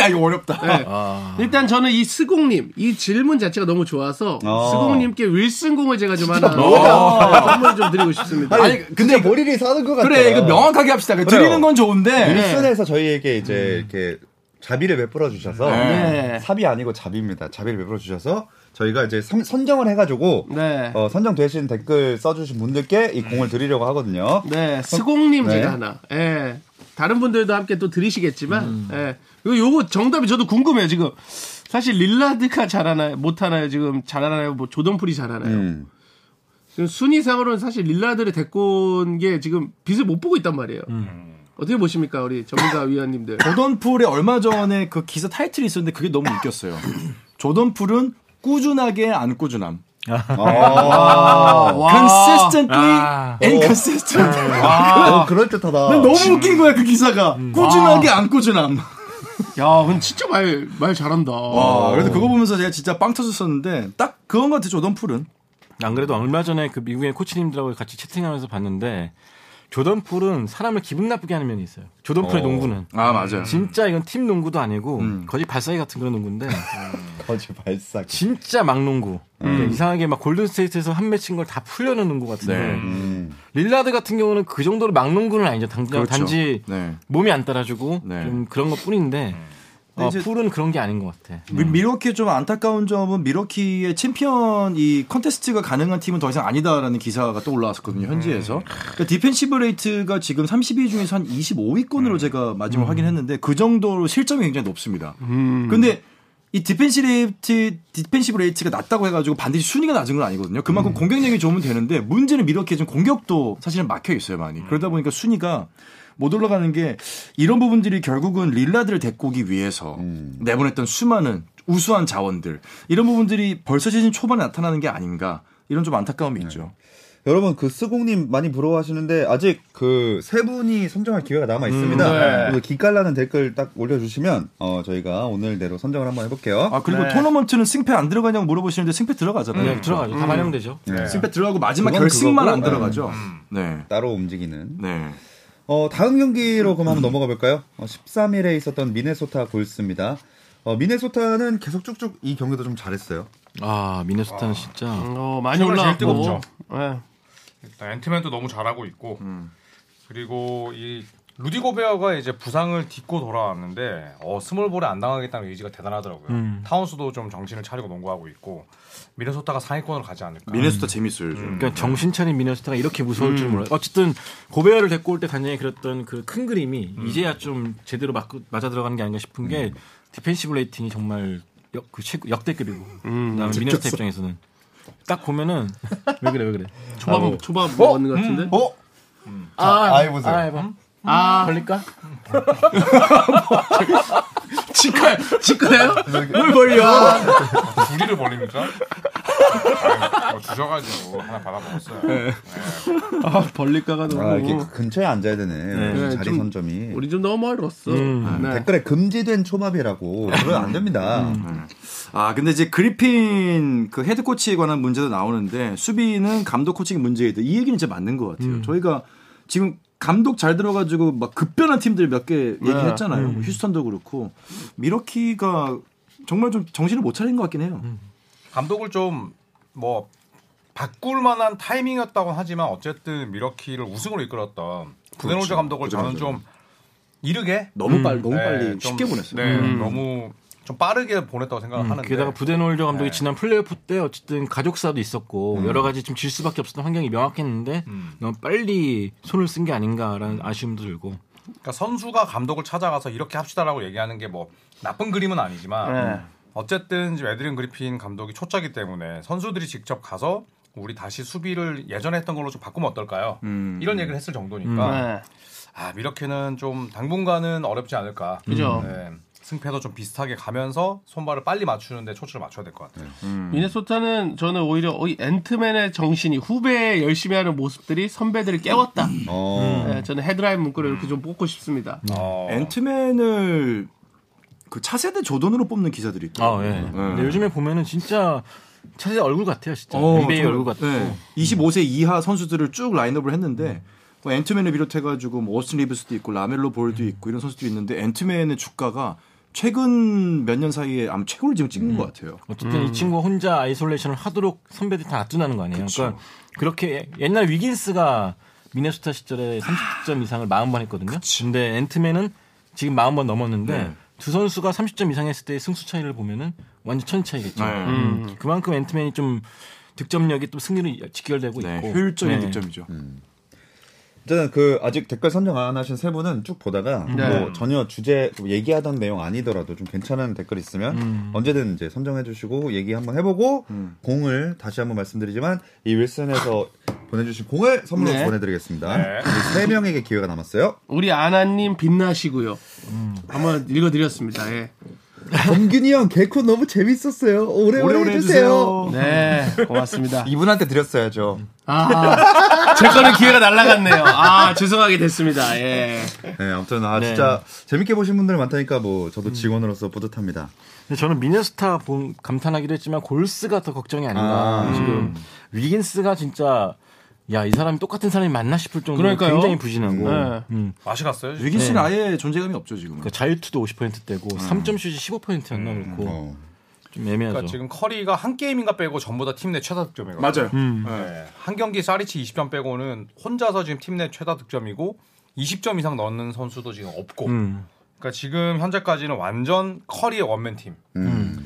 Speaker 8: 야 이거 어렵다.
Speaker 4: 네.
Speaker 8: 아.
Speaker 4: 일단 저는 이 스공님 이 질문 자체가 너무 좋아서
Speaker 2: 아.
Speaker 4: 스공님께 윌슨공을 제가 좀 하나
Speaker 8: 아.
Speaker 4: 선물 좀 드리고 싶습니다.
Speaker 2: 아니 근데 머리를 사는 것 같아
Speaker 8: 그래 이거 명확하게 합시다. 그
Speaker 2: 그래요.
Speaker 8: 드리는 건
Speaker 3: 네.
Speaker 8: 좋은데
Speaker 2: 일선에서 저희에게 이제 이렇게 자비를 베풀어 주셔서
Speaker 4: 네.
Speaker 2: 삽이 아니고 자비입니다. 자비를 베풀어 주셔서 저희가 이제 선, 선정을 해가지고
Speaker 4: 네.
Speaker 2: 어, 선정되신 댓글 써주신 분들께 이 공을 드리려고 하거든요.
Speaker 4: 네, 스공님
Speaker 2: 네.
Speaker 4: 제가 하나. 예. 다른 분들도 함께 또 들으시겠지만, 예. 그리고 요거 정답이 저도 궁금해요, 지금. 사실 릴라드가 잘하나요? 못하나요? 지금 잘하나요? 뭐 조던풀이 잘하나요?
Speaker 2: 음.
Speaker 4: 지금 순위상으로는 사실 릴라드를 데리고 온 게 지금 빚을 못 보고 있단 말이에요. 어떻게 보십니까, 우리 전문가 위원님들?
Speaker 3: 어? 조던풀에 얼마 전에 그 기사 타이틀이 있었는데 그게 너무 웃겼어요. 조던풀은 꾸준하게 안 꾸준함. 아. *laughs* consistently inconsistent.
Speaker 2: 아, 어, 그럴 듯하다.
Speaker 3: 너무 웃긴 거야 그 기사가. 꾸준하게 안 꾸준함.
Speaker 4: 야, 근데 진짜 말, 말 잘한다.
Speaker 3: 와, 그래서 그거 보면서 제가 진짜 빵 터졌었는데 딱 그건 것 같아 조던풀은.
Speaker 6: 안 그래도 얼마 전에 그 미국의 코치님들하고 같이 채팅하면서 봤는데 조던풀은 사람을 기분 나쁘게 하는 면이 있어요. 조던풀의 농구는
Speaker 8: 아 맞아요.
Speaker 6: 진짜 이건 팀 농구도 아니고
Speaker 8: 음.
Speaker 6: 거의 발사기 같은 그런 농구인데
Speaker 2: 거지 발싹.
Speaker 6: 진짜 막농구.
Speaker 8: 음.
Speaker 6: 그러니까 이상하게 막 골든스테이트에서 한 매치인 걸 다 풀려는 농구 같은데 릴라드 같은 경우는 그 정도로 막농구는 아니죠. 당,
Speaker 8: 네. 그렇죠.
Speaker 6: 단지
Speaker 8: 네.
Speaker 6: 몸이 안 따라주고
Speaker 8: 네.
Speaker 6: 좀 그런 것 뿐인데 어,
Speaker 3: 이제-
Speaker 6: 풀은 그런 게 아닌 것 같아.
Speaker 3: 미- 미러키 좀 안타까운 점은 미러키의 챔피언 이 컨테스트가 가능한 팀은 더 이상 아니다라는 기사가 또 올라왔었거든요 현지에서 그러니까 디펜시브 레이트가 지금 32 중에서 한 25위권으로 제가 마지막 확인했는데 그 정도로 실점이 굉장히 높습니다. 근데 이 디펜시 레이트 디펜시브 레이트가 낮다고 해가지고 반드시 순위가 낮은 건 아니거든요. 그만큼 공격력이 좋으면 되는데 문제는 미러키의 지금 공격도 사실은 막혀 있어요 많이. 그러다 보니까 순위가 못 올라가는 게 이런 부분들이 결국은 릴라드를 데리고 오기 위해서
Speaker 2: 음.
Speaker 3: 내보냈던 수많은 우수한 자원들 이런 부분들이 벌써 시즌 초반에 나타나는 게 아닌가 이런 좀 안타까움이
Speaker 2: 네.
Speaker 3: 있죠.
Speaker 2: 여러분 그 스공님 많이 부러워하시는데 아직 그 세 분이 선정할 기회가 남아
Speaker 3: 음,
Speaker 2: 있습니다.
Speaker 3: 네.
Speaker 2: 그리고 기깔나는 댓글 딱 올려주시면 어, 저희가 오늘대로 선정을 한번 해볼게요.
Speaker 3: 아 그리고 토너먼트는 승패 안 들어가냐고 물어보시는데 승패 들어가잖아요.
Speaker 8: 음.
Speaker 6: 그냥 들어가죠. 다 반영되죠.
Speaker 8: 네.
Speaker 3: 승패 들어가고 마지막
Speaker 2: 음. 네. 그건
Speaker 3: 결승만
Speaker 2: 그거고. 음.
Speaker 3: 안 들어가죠. 네.
Speaker 2: 따로 움직이는.
Speaker 3: 네.
Speaker 2: 어, 다음 경기로 그럼 한번 넘어가 볼까요? 13일에 있었던 미네소타 골스입니다. 어, 미네소타는 계속 쭉쭉 이 경기도 좀 잘했어요.
Speaker 6: 아 미네소타는 진짜
Speaker 4: 어, 많이
Speaker 5: 정말 제일
Speaker 4: 올라왔고.
Speaker 5: 뜨겁죠.
Speaker 4: 예.
Speaker 5: 일단 앤트맨도 네, 너무 잘하고 있고 그리고 이 루디 고베어가 이제 부상을 딛고 돌아왔는데 어, 스몰볼에 안 당하겠다는 의지가 대단하더라고요. 타운스도 좀 정신을 차리고 농구하고 있고 미네소타가 상위권으로 가지 않을까.
Speaker 8: 미네소타 재밌어요 요즘.
Speaker 6: 그러니까 정신 차린 미네소타가 이렇게 무서울 줄 몰라. 요 어쨌든 고베어를 데리고 올 때 단장이 그렸던 그 큰 그림이 이제야 좀 제대로 맞, 맞아 들어가는 게 아닌가 싶은 게 디펜시브 레이팅이 정말 역, 그 최고 역대급이고 그다음에 미네소타 입장에서는 딱 보면은 *laughs* 왜 그래 왜 그래.
Speaker 4: 초밥, 초밥 먹었는 것 같은데?
Speaker 2: 어?
Speaker 4: 아,
Speaker 2: 아, 해보세요.
Speaker 6: 네. 음,
Speaker 4: 아.
Speaker 6: 걸릴까?
Speaker 4: 치과요? 치과요?
Speaker 2: 뭘 벌려?
Speaker 5: 둘이를 벌립니까? 아니, 뭐 주셔가지고 하나 받아먹었어요.
Speaker 4: 아, 벌릴까가 너무.
Speaker 2: 아, 이렇게 근처에 앉아야 되네. 자리
Speaker 4: 좀
Speaker 2: 선점이.
Speaker 4: 우리 좀 너무 멀었어. 네. 음.
Speaker 2: 댓글에 금지된 초밥이라고. 그러면 안 됩니다.
Speaker 3: 아 근데 이제 그리핀 그 헤드 코치에 관한 문제도 나오는데 수비는 감독 코칭이 문제이다. 이 얘기는 진짜 맞는 것 같아요. 저희가 지금 감독 잘 들어가지고 막 급변한 팀들 몇 개 얘기했잖아요. 뭐 휴스턴도 그렇고 미러키가 정말 좀 정신을 못 차린 것 같긴 해요.
Speaker 5: 감독을 좀 뭐 바꿀 만한 타이밍이었다고 하지만 어쨌든 미러키를 우승으로 이끌었던 부네노즈 감독을 저는 좀 이르게
Speaker 3: 그렇죠. 너무 빨리 너무
Speaker 5: 네,
Speaker 3: 빨리
Speaker 5: 좀,
Speaker 3: 쉽게 보냈어요. 음.
Speaker 5: 네, 너무 좀 빠르게 보냈다고 생각을 하는데
Speaker 6: 게다가 부데놀드 네. 감독이 지난 플레이오프 때 어쨌든 가족사도 있었고 여러 가지 좀 질 수밖에 없었던 환경이 명확했는데 너무 빨리 손을 쓴 게 아닌가라는 아쉬움도 들고
Speaker 5: 그러니까 선수가 감독을 찾아가서 이렇게 합시다라고 얘기하는 게 뭐 나쁜 그림은 아니지만
Speaker 3: 네.
Speaker 4: 네.
Speaker 5: 어쨌든 지금 애드린 그리핀 감독이 초짜기 때문에 선수들이 직접 가서 우리 다시 수비를 예전에 했던 걸로 좀 바꾸면 어떨까요?
Speaker 3: 음.
Speaker 5: 이런 얘기를 했을 정도니까
Speaker 4: 네.
Speaker 5: 아 미러키는 좀 당분간은 어렵지 않을까.
Speaker 4: 그죠.
Speaker 5: 네. 승패도 좀 비슷하게 가면서 손발을 빨리 맞추는데 초점을 맞춰야 될 것 같아요.
Speaker 4: 음. 미네소타는 저는 오히려 이 앤트맨의 정신이 후배의 열심히 하는 모습들이 선배들을 깨웠다.
Speaker 2: 어.
Speaker 4: 네, 저는 헤드라인 문구를 이렇게 좀 뽑고 싶습니다.
Speaker 5: 어,
Speaker 3: 앤트맨을 그 차세대 조던으로 뽑는 기사들이 있더라고요.
Speaker 6: 아, 예. 근데 요즘에 보면은 진짜 차세 얼굴 같아요, 진짜.
Speaker 3: 네. 어,
Speaker 6: NBA
Speaker 3: 정말,
Speaker 6: 얼굴 같고.
Speaker 3: 네. 25세 이하 선수들을 쭉 라인업을 했는데 뭐 앤트맨을 비롯해가지고 뭐 오스틴 리브스도 있고 라멜로 볼도 있고 이런 선수도 있는데 앤트맨의 주가가 최근 몇 년 사이에 아마 최고를 지금 찍는
Speaker 2: 음.
Speaker 3: 것 같아요.
Speaker 6: 어쨌든 이 친구가 혼자 아이솔레이션을 하도록 선배들 다 놔두는 거 아니에요. 그러니까 그렇게 옛날 위긴스가 미네소타 시절에
Speaker 3: 아.
Speaker 6: 30점 이상을 40번 했거든요. 근데 앤트맨은 지금 40번 넘었는데
Speaker 3: 네.
Speaker 6: 두 선수가 30점 이상 했을 때의 승수 차이를 보면은 완전 천 차이겠죠.
Speaker 3: 네.
Speaker 6: 음, 그만큼 앤트맨이 좀 득점력이 또 승리로 직결되고
Speaker 3: 네,
Speaker 6: 있고
Speaker 3: 효율적인
Speaker 6: 네.
Speaker 3: 득점이죠.
Speaker 2: 일단 그 아직 댓글 선정 안 하신 세 분은 쭉 보다가
Speaker 4: 네.
Speaker 2: 뭐 전혀 주제 뭐 얘기하던 내용 아니더라도 좀 괜찮은 댓글 있으면
Speaker 4: 음.
Speaker 2: 언제든 이제 선정해주시고 얘기 한번 해보고 공을 다시 한번 말씀드리지만 이 윌슨에서 보내주신 공을 선물로
Speaker 4: 네.
Speaker 2: 보내드리겠습니다.
Speaker 5: 네.
Speaker 2: 우리 세 명에게 기회가 남았어요.
Speaker 4: 우리 아나님 빛나시고요. 음. 한번 읽어드렸습니다. 예.
Speaker 2: 범균이 형 개코 너무 재밌었어요. 오래오래,
Speaker 3: 오래오래 해주세요.
Speaker 2: 해주세요.
Speaker 4: 네, 고맙습니다.
Speaker 2: 이분한테 드렸어야죠.
Speaker 4: 아, 제 거는 기회가 날아갔네요. 아, 죄송하게 됐습니다. 예.
Speaker 2: 네, 아무튼 아 진짜 재밌게 보신 분들 많다니까 뭐 저도 직원으로서 뿌듯합니다.
Speaker 6: 근데 저는 미네스타 본- 감탄하기도 했지만 골스가 더 걱정이
Speaker 4: 음.
Speaker 6: 아닌가. 지금 위긴스가 진짜 야 이 사람이 똑같은 사람이 맞나 싶을 정도로
Speaker 4: 그러니까요.
Speaker 6: 굉장히 부진하고
Speaker 4: 네.
Speaker 6: 음.
Speaker 5: 맛이 갔어요. 지금?
Speaker 3: 위긴 씨는 아예 존재감이 없죠 지금.
Speaker 6: 네. 그 자유투도 50%대고
Speaker 4: 음.
Speaker 6: 3점 슛이 15%였나 그렇고
Speaker 2: 어.
Speaker 6: 좀 애매하죠.
Speaker 5: 그러니까 지금 커리가 한 게임인가 빼고 전부 다 팀 내 최다 득점이에요.
Speaker 3: 맞아요.
Speaker 2: 음.
Speaker 4: 음.
Speaker 5: 네. 한 경기 사리치 20점 빼고는 혼자서 지금 팀 내 최다 득점이고 20점 이상 넣는 선수도 지금 없고.
Speaker 6: 음.
Speaker 5: 그러니까 지금 현재까지는 완전 커리의 원맨 팀.
Speaker 2: 음.
Speaker 4: 음.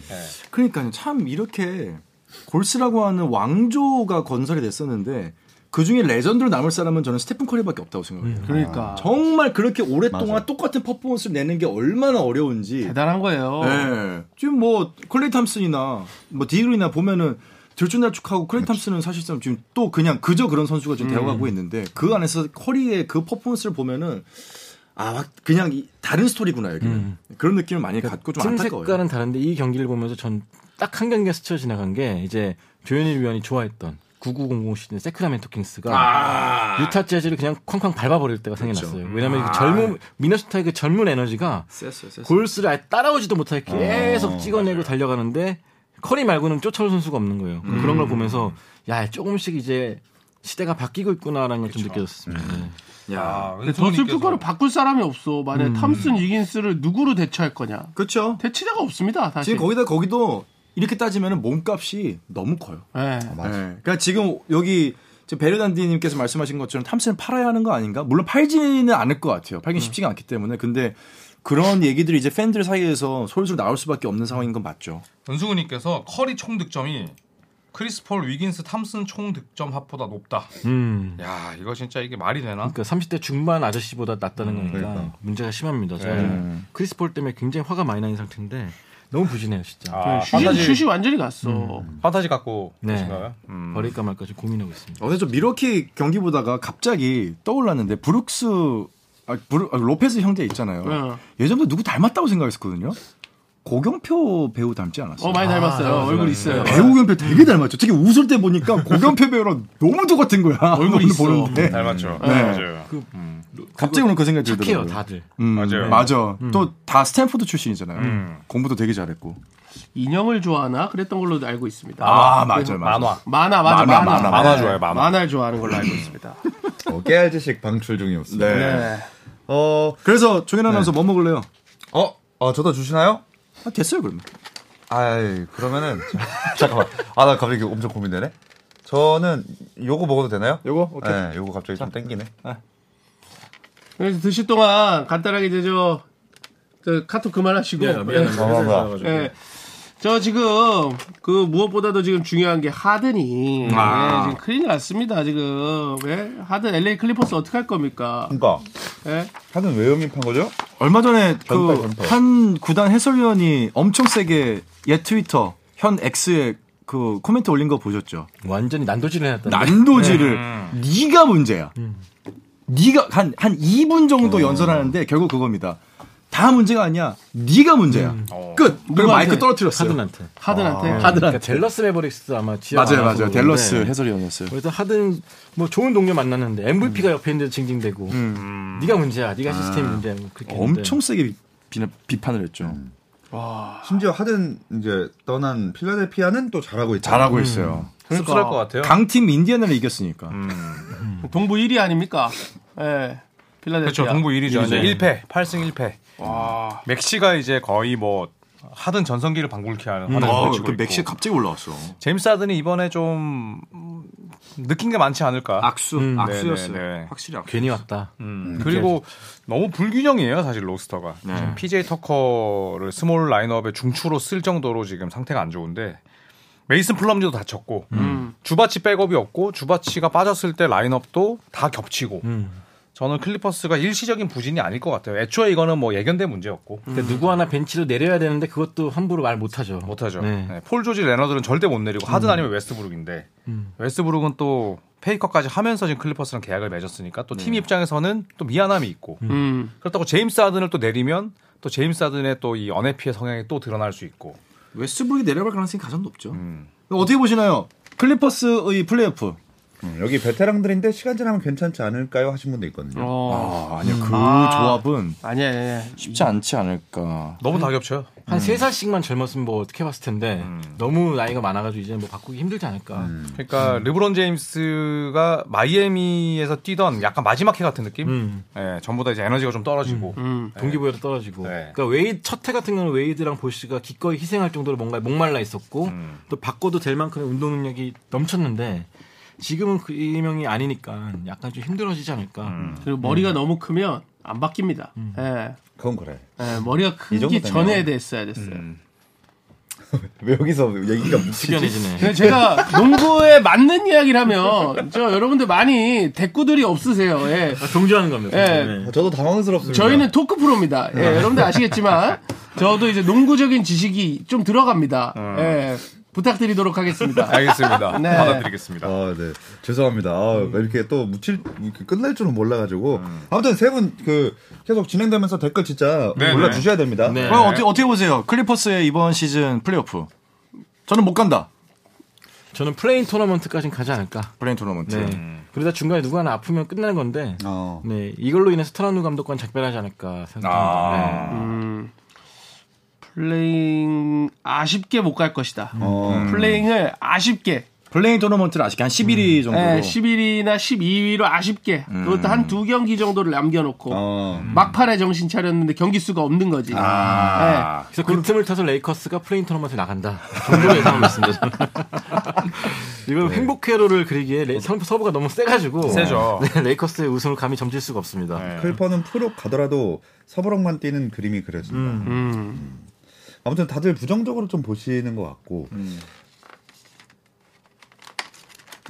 Speaker 3: 그러니까요. 참 이렇게 골스라고 하는 왕조가 건설이 됐었는데 그 중에 레전드로 남을 사람은 저는 스테픈 커리밖에 없다고 생각해요.
Speaker 2: 음.
Speaker 4: 그러니까.
Speaker 3: 아, 정말 그렇게 오랫동안 똑같은 퍼포먼스를 내는 게 얼마나 어려운지.
Speaker 4: 대단한 거예요.
Speaker 3: 예. 지금 뭐 클레이 탐슨이나 뭐 디그리나 보면은 들쭉날쭉하고 클레이 탐슨은 사실상 지금 또 그냥 그저 그런 선수가 지금 되어가고 있는데 그 안에서 커리의 그 퍼포먼스를 보면은 아 막 그냥 이- 다른 스토리구나 여기는 그런 느낌을 많이 갖고 좀
Speaker 6: 팀
Speaker 3: 안타까워요.
Speaker 6: 색깔은 다른데 이 경기를 보면서 전 딱 한 경기가 스쳐 지나간 게 이제 조현일 위원이 좋아했던 9900 시즌 세크라멘토 킹스가
Speaker 4: 아.
Speaker 6: 유타 재즈를 그냥 쾅쾅 밟아버릴 때가
Speaker 4: 그렇죠.
Speaker 6: 생각났어요. 왜냐하면 그 젊은 미네소타의 그 젊은 에너지가
Speaker 3: 쎄, 쎄, 쎄.
Speaker 6: 골스를 아예 따라오지도 못하게 계속 찍어내고 달려가는데 커리 말고는 쫓아올 선수가 없는 거예요. 그런
Speaker 3: 음.
Speaker 6: 걸 보면서 야 조금씩 이제 시대가 바뀌고 있구나라는 걸 좀 느껴졌습니다.
Speaker 3: 음.
Speaker 6: 네.
Speaker 5: 야,
Speaker 4: 아, 근데 더 슬픈 거는 바꿀 사람이 없어. 만약 에 탐슨 위긴스를 누구로 대처할 거냐.
Speaker 3: 그렇죠.
Speaker 4: 대체자가 없습니다, 사실.
Speaker 3: 지금 거기다 거기도 이렇게 따지면 몸값이 너무 커요. 예.
Speaker 4: 예.
Speaker 3: 그러니까 지금 여기 지금 베르단디님께서 말씀하신 것처럼 탐스는 팔아야 하는 거 아닌가? 물론 팔지는 않을 것 같아요. 팔긴 쉽지가 않기 때문에. 근데 그런 얘기들이 이제 팬들 사이에서 솔솔 나올 수밖에 없는 상황인 건 맞죠.
Speaker 5: 은승우님께서 커리 총 득점이 크리스폴 위긴스 탐슨 총 득점 합보다 높다.
Speaker 6: 음.
Speaker 5: 야, 이거 진짜 이게 말이 되나?
Speaker 6: 그러니까 30대 중반
Speaker 3: 그러니까. 네.
Speaker 6: 아저씨보다 낫다는 거니까 문제가 심합니다. 저는 크리스폴 때문에 굉장히 화가 많이 나는 상태인데 너무 부진해요 진짜.
Speaker 5: 아,
Speaker 4: 네, 슛이,
Speaker 5: 판타지
Speaker 4: 슛이 완전히 갔어.
Speaker 5: 판타지 갖고
Speaker 6: 네.
Speaker 5: 계신가요? 음.
Speaker 6: 버릴까 말까 지금 고민하고 있습니다.
Speaker 3: 어제 저 미러키 경기 보다가 갑자기 떠올랐는데 브룩스 아, 브루, 아, 로페스 형제 있잖아요.
Speaker 4: 네.
Speaker 3: 예전부터 누구 닮았다고 생각했었거든요. 고경표 배우 닮지 않았어요. 아,
Speaker 4: 어 많이 닮았어요. 얼굴 있어요.
Speaker 3: 배우 경표 되게 닮았죠. 특히 웃을 때 보니까 고경표 배우랑 너무 똑같은 거야.
Speaker 4: 얼굴이
Speaker 3: *laughs* 오늘
Speaker 4: 있어.
Speaker 3: 보는데
Speaker 5: 닮았죠.
Speaker 3: 네.
Speaker 5: 맞아요. 음.
Speaker 3: 갑자기 오늘 그 생각이
Speaker 6: 착해요
Speaker 3: 들더라고요.
Speaker 6: 다들.
Speaker 3: 음,
Speaker 5: 맞아요.
Speaker 3: 맞아. 또 다 스탠포드 출신이잖아요.
Speaker 5: 음.
Speaker 3: 공부도 되게 잘했고.
Speaker 4: 인형을 좋아하나 그랬던 걸로 알고 있습니다.
Speaker 3: 아, 맞아요. 맞아요.
Speaker 5: 만화.
Speaker 4: 만화
Speaker 3: 만화,
Speaker 4: 맞아 만화 네.
Speaker 3: 만화,
Speaker 5: 만화 좋아요, 만화.
Speaker 4: 만화를 좋아하는 걸로 알고 있습니다.
Speaker 2: 어, 깨알지식 방출 중이었습니다.
Speaker 3: 네.
Speaker 2: 어,
Speaker 3: 그래서 종현 아나운서 뭐 먹을래요?
Speaker 2: 어, 어, 저도 주시나요?
Speaker 3: 아, 됐어요, 그러면.
Speaker 2: 아이, 그러면은 *laughs* 잠깐만. 아, 나 갑자기 엄청 고민되네. 저는 요거 먹어도 되나요?
Speaker 3: 요거? 오케이.
Speaker 2: 네, 요거 갑자기 좀 땡기네. 아,
Speaker 4: 그래서 드실 동안 간단하게 이제 저, 저 카톡 그만하시고.
Speaker 6: 미안합니다.
Speaker 2: 어, 뭐야.
Speaker 4: 예. 예. 저 지금 그 무엇보다도 지금 중요한 게 하든이 예, 지금 큰일 났습니다 지금 예? 하든 LA 클리퍼스 어떻게 할 겁니까?
Speaker 2: 그러니까
Speaker 4: 예?
Speaker 2: 하든 왜 음입한 거죠?
Speaker 3: 얼마 전에
Speaker 2: 전파, 전파.
Speaker 3: 그 한 구단 해설위원이 엄청 세게 옛 트위터 현 X에 그 코멘트 올린 거 보셨죠?
Speaker 6: 완전히 난도질을 해놨다.
Speaker 3: 난도질을 네. 네가 음. 문제야. 네가 한 한 2분 정도 연설하는데 결국 그겁니다. 다 문제가 아니야. 네가 문제야. 끝. 그리고 마이크 떨어뜨렸어요.
Speaker 6: 하든한테.
Speaker 4: 하든한테
Speaker 6: 그러니까 델러스 메버릭스 아마 지역
Speaker 3: 맞아요,
Speaker 6: 아나운서인데
Speaker 3: 맞아요. 델러스 해설위원이었어요.
Speaker 6: 그래서 하든 뭐 좋은 동료 만났는데 MVP가 옆에 있는데 징징대고 네가 문제야, 네가 시스템 문제야 뭐 그렇게 했는데.
Speaker 3: 엄청 음. 세게 비, 판을 했죠.
Speaker 2: 심지어 하든 이제 떠난 필라델피아는 또 잘하고 있죠.
Speaker 3: 잘하고 있어요.
Speaker 5: 씁쓸할 것 같아요.
Speaker 3: 강팀 인디애나를 이겼으니까.
Speaker 4: 동부 1위 아닙니까? 예. 필라델피아.
Speaker 5: 그렇죠. 동부 1위죠. 이제 1패, 8승 1패. 멕시가 이제 거의 뭐 하든 전성기를 방불케 하는 하는
Speaker 3: 어,
Speaker 5: 걸 치고
Speaker 3: 그
Speaker 5: 있고.
Speaker 3: 맥시 갑자기 올라왔어.
Speaker 5: 제임스 하든이 이번에 좀 음, 느낀 게 많지 않을까.
Speaker 3: 악수, 악수였어요.
Speaker 5: 네, 네, 네.
Speaker 3: 확실히 악수.
Speaker 6: 괜히 왔다.
Speaker 5: 음, 그리고 너무 불균형이에요, 사실 로스터가. 지금 PJ 터커를 스몰 라인업의 중추로 쓸 정도로 지금 상태가 안 좋은데 메이슨 플럼즈도 다쳤고 음. 주바치 백업이 없고 주바치가 빠졌을 때 라인업도 다 겹치고 저는 클리퍼스가 일시적인 부진이 아닐 것 같아요. 애초에 이거는 뭐 예견된 문제였고
Speaker 6: 근데 누구 하나 벤치로 내려야 되는데 그것도 함부로 말 못하죠.
Speaker 5: 못하죠.
Speaker 6: 네.
Speaker 5: 네, 폴 조지 레너드는 절대 못 내리고 하든 아니면 웨스트브룩인데 웨스트브룩은 또 페이커까지 하면서 지금 클리퍼스랑 계약을 맺었으니까 또 팀 입장에서는 또 미안함이 있고
Speaker 4: 음.
Speaker 5: 그렇다고 제임스 하든을 또 내리면 또 제임스 하든의 또 이 언해피의 성향이 또 드러날 수 있고
Speaker 3: 웨스브룩이 내려갈 가능성이 가장 높죠. 어떻게 보시나요? 클리퍼스의 플레이오프.
Speaker 2: 음, 여기 베테랑들인데 시간 지나면 괜찮지 않을까요? 하신 분도 있거든요.
Speaker 4: 어.
Speaker 3: 아, 아니요. 그
Speaker 4: 아.
Speaker 3: 조합은
Speaker 4: 아니야, 아니야.
Speaker 3: 쉽지 않지 않을까.
Speaker 5: 너무 다 겹쳐요.
Speaker 6: 한 세 살씩만 젊었으면 뭐 어떻게 봤을 텐데 너무 나이가 많아가지고 이제 뭐 바꾸기 힘들지 않을까.
Speaker 5: 그러니까 르브론 제임스가 마이애미에서 뛰던 약간 마지막 해 같은 느낌.
Speaker 6: 음.
Speaker 5: 예, 전부 다 이제 에너지가 좀 떨어지고
Speaker 4: 음.
Speaker 6: 그 동기부여도 떨어지고.
Speaker 5: 네.
Speaker 6: 그러니까 웨이 첫해 같은 경우는 웨이드랑 보시가 기꺼이 희생할 정도로 뭔가 목말라 있었고 또 바꿔도 될 만큼의 운동 능력이 넘쳤는데 지금은 그 이명이 아니니까 약간 좀 힘들어지지 않을까.
Speaker 2: 음.
Speaker 4: 그리고 머리가 너무 크면 안 바뀝니다. 예.
Speaker 2: 그건 그래.
Speaker 4: 예, 머리가
Speaker 2: 음. 이 정도 음.
Speaker 4: 크기
Speaker 2: 되면.
Speaker 4: 전에 됐어야 됐어요.
Speaker 2: 왜 여기서
Speaker 4: *laughs*
Speaker 2: 얘기가 묻히지?
Speaker 6: 숙연해지네.
Speaker 4: 근데 제가 농구에 맞는 이야기를 하면 저 여러분들 많이 대꾸들이 없으세요. 예.
Speaker 6: 아, 동조하는 겁니다. 네.
Speaker 4: 예.
Speaker 2: 아, 저도 당황스럽습니다.
Speaker 4: 저희는 토크 프로입니다.
Speaker 2: 음.
Speaker 4: 예, 여러분들 아시겠지만 저도 이제 농구적인 지식이 좀 들어갑니다. 예. 부탁드리도록 하겠습니다.
Speaker 5: *laughs* 알겠습니다.
Speaker 4: 네.
Speaker 5: 받아드리겠습니다. 음.
Speaker 2: 아, 네. 죄송합니다. 아, 이렇게 또 묻힐, 이렇게 끝날 줄은 몰라가지고. 아무튼 세 분 그 계속 진행되면서 댓글 진짜
Speaker 5: 네,
Speaker 2: 올려주셔야 됩니다.
Speaker 6: 네.
Speaker 3: 그럼 어떻게, 어떻게 보세요? 클리퍼스의 이번 시즌 플레이오프. 저는 못 간다.
Speaker 6: 저는 플레인 토너먼트까지는 가지 않을까.
Speaker 3: 플레인 토너먼트.
Speaker 6: 네. 그러다 중간에 누구 하나 아프면 끝나는 건데.
Speaker 2: 어.
Speaker 6: 네. 이걸로 인해서 트라누 감독과는 작별하지 않을까
Speaker 3: 아.
Speaker 6: 생각합니다. 네.
Speaker 4: 플레잉 아쉽게 못 갈 것이다.
Speaker 2: 어.
Speaker 4: 플레잉을 아쉽게
Speaker 3: 플레인 토너먼트를 아쉽게 한 11위 정도로.
Speaker 4: 예, 11위나 12위로 아쉽게 그것도 한 두 경기 정도를 남겨놓고
Speaker 2: 어.
Speaker 4: 막판에 정신 차렸는데 경기 수가 없는 거지. 아.
Speaker 6: 그래서 그 틈을 타서 레이커스가 플레인 토너먼트에 나간다. 정도로 예상하고 있습니다. *laughs* 이걸 행복회로를 그리기에 레, 서- 서브가 너무 세가지고.
Speaker 5: 세죠.
Speaker 6: *laughs* 네, 레이커스의 우승을 감히 점칠 수가 없습니다.
Speaker 2: 네. 클퍼는 프로 가더라도 서브럭만 뛰는 그림이 그려진다.
Speaker 5: 음,
Speaker 2: 음. 아무튼 다들 부정적으로 좀 보시는 것 같고.
Speaker 5: 음.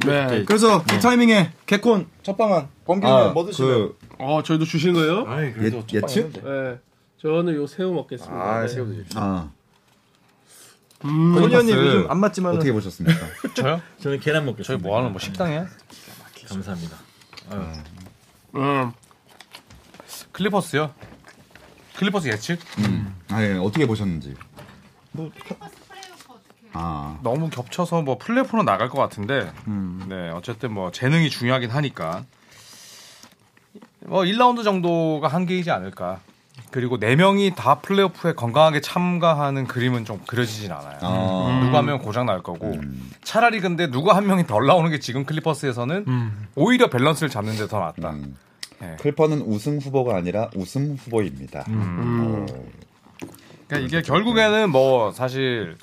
Speaker 4: 네.
Speaker 3: 그래서 이 타이밍에 개콘 첫방안 범규는
Speaker 2: 아,
Speaker 3: 뭐 드시나요?
Speaker 2: 그
Speaker 4: 어, 저희도 주신 거예요?
Speaker 6: 아이,
Speaker 2: 예, 예측?
Speaker 4: 예. 저는 요 새우 먹겠습니다. 네.
Speaker 2: 아.
Speaker 5: 음.
Speaker 2: 그러니까 그
Speaker 10: 권현님 요즘 안 맞지만
Speaker 2: 어떻게 보셨습니까?
Speaker 5: 저요?
Speaker 6: 저는 계란
Speaker 5: 저희
Speaker 6: 먹겠습니다.
Speaker 5: 뭐 하는 뭐 식당에?
Speaker 6: 감사합니다.
Speaker 4: 음.
Speaker 5: 클리퍼스요. 클리퍼스 예측?
Speaker 2: 아, 예. 어떻게 보셨는지. 아,
Speaker 5: 너무 겹쳐서 뭐 플랫폼으로 나갈 것 같은데 네 어쨌든 뭐 재능이 중요하긴 하니까 뭐 1라운드 정도가 한계이지 않을까 그리고 네 명이 다 플레이오프에 건강하게 참가하는 그림은 좀 그려지진 않아요. 음.
Speaker 2: 아.
Speaker 5: 누가 한 명 고장 날 거고 차라리 근데 누가 한 명이 덜 나오는 게 지금 클리퍼스에서는 오히려 밸런스를 잡는 데 더 낫다.
Speaker 2: 음.
Speaker 5: 네.
Speaker 2: 클퍼는 우승 후보가 아니라 웃음 후보입니다. 어,
Speaker 5: 그러니까 이게 결국에는 뭐 사실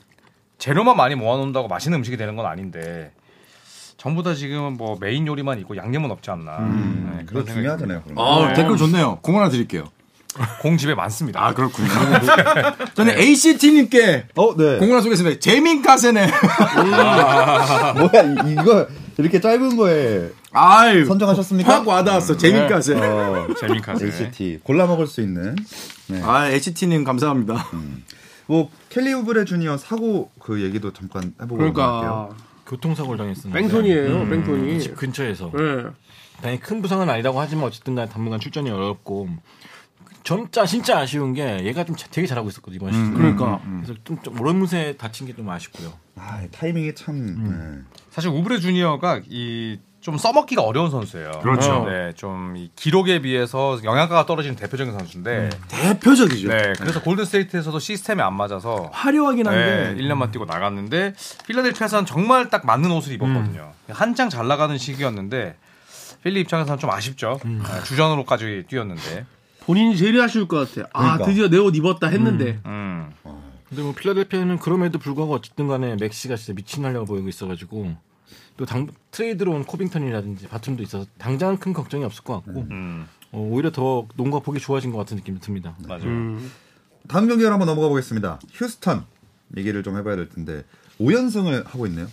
Speaker 5: 재료만 많이 모아놓는다고 맛있는 음식이 되는 건 아닌데 전부 다 지금 뭐 메인 요리만 있고 양념은 없지 않나. 네,
Speaker 2: 그거 음.
Speaker 5: 그런 생각.
Speaker 2: 중요하잖아요. 그런 거.
Speaker 3: 아, 댓글 좋네요. 공 하나 드릴게요.
Speaker 5: 공 집에 많습니다.
Speaker 3: 아, 그렇군요. 저는
Speaker 5: 네.
Speaker 3: ACT님께
Speaker 2: 어, 네.
Speaker 3: 공 하나 소개했습니다.
Speaker 5: *laughs*
Speaker 3: 재민카세네.
Speaker 2: 아, 뭐야, 이- 이거 이렇게 짧은 거에
Speaker 3: 아유.
Speaker 2: 선정하셨습니까?
Speaker 3: 확 와닿았어.
Speaker 5: 네.
Speaker 3: 재민카세.
Speaker 2: 어,
Speaker 5: 재미까지.
Speaker 2: HT 골라 먹을 수 있는
Speaker 3: 아, HT님 감사합니다.
Speaker 2: 뭐 켈리 우브레 주니어 사고 그 얘기도 잠깐 해보고
Speaker 4: 그러니까
Speaker 2: 넘어갈게요.
Speaker 6: 교통사고를 당했습니다.
Speaker 4: 뺑소니예요, 뺑소니.
Speaker 6: 집 근처에서.
Speaker 4: 예.
Speaker 6: 다행히 큰 부상은 아니라고 하지만 어쨌든 난 당분간 출전이 어렵고 진짜 진짜 아쉬운 게 얘가 좀 자- 되게 잘하고 있었거든 이번 시즌. 음.
Speaker 4: 그러니까.
Speaker 6: 그래서 좀, 좀 오랜만에 다친 게 좀 아쉽고요.
Speaker 2: 아 타이밍이 참 네.
Speaker 5: 사실 우브레 주니어가 이 좀 써먹기가 어려운 선수예요.
Speaker 3: 그렇죠.
Speaker 5: 네, 좀이 기록에 비해서 영향가가 떨어지는 대표적인
Speaker 2: 음.
Speaker 5: 선수인데,
Speaker 3: 대표적이죠.
Speaker 5: 네, 그래서 골든스테이트에서도 시스템이 안 맞아서
Speaker 3: 화려하긴
Speaker 5: 네,
Speaker 3: 한데
Speaker 5: 1년만 뛰고 나갔는데 필라델피아에서는 정말 딱 맞는 옷을 입었거든요.
Speaker 3: 음.
Speaker 5: 한창 잘 나가는 시기였는데 필리 입장에서는 좀 아쉽죠.
Speaker 3: 음.
Speaker 5: 아, 주전으로까지 뛰었는데.
Speaker 4: 본인이 제일 아쉬울 것 같아. 아,
Speaker 2: 그러니까.
Speaker 4: 드디어 내 옷 입었다 했는데.
Speaker 5: 음.
Speaker 6: 근데 뭐 필라델피아는 그럼에도 불구하고 어쨌든 간에 맥시가 진짜 미친 활약을 보이고 있어가지고 또 당, 트레이드로 온 코빙턴이라든지 바툼도 있어서 당장 큰 걱정이 없을 것 같고
Speaker 5: 음.
Speaker 6: 어, 오히려 더 농구가 보기 좋아진 것 같은 느낌이 듭니다.
Speaker 5: 맞아요.
Speaker 3: 음.
Speaker 2: 다음 경기로 한번 넘어가 보겠습니다. 휴스턴 얘기를 좀 해봐야 될 텐데 5연승을 하고 있네요.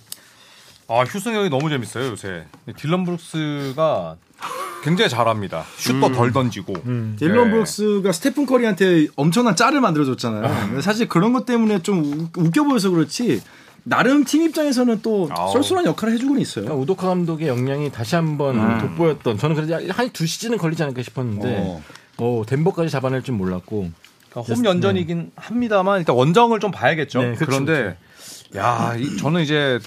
Speaker 5: 아, 휴승 형이 너무 재밌어요, 요새. 딜런 브룩스가 굉장히 잘합니다. 슛도 덜 던지고.
Speaker 3: 음. 딜런
Speaker 5: 네.
Speaker 3: 브룩스가 스테픈 커리한테 엄청난 짤을
Speaker 5: 네.
Speaker 3: 만들어줬잖아요. 근데 사실 그런 것 때문에 좀 우- 웃겨 보여서 그렇지 나름 팀 입장에서는 또
Speaker 5: 아우.
Speaker 3: 쏠쏠한 역할을 해주고는 있어요.
Speaker 6: 그러니까 우도카 감독의 역량이 다시 한번
Speaker 4: 음.
Speaker 6: 돋보였던 저는 그래도 한 두 시즌은 걸리지 않을까 싶었는데 어, 덴버까지 잡아낼 줄 몰랐고
Speaker 5: 그러니까 홈 연전이긴 합니다만 일단 원정을 좀 봐야겠죠.
Speaker 6: 네, 그렇죠. 그쵸,
Speaker 5: 그런데야 이- 저는 이제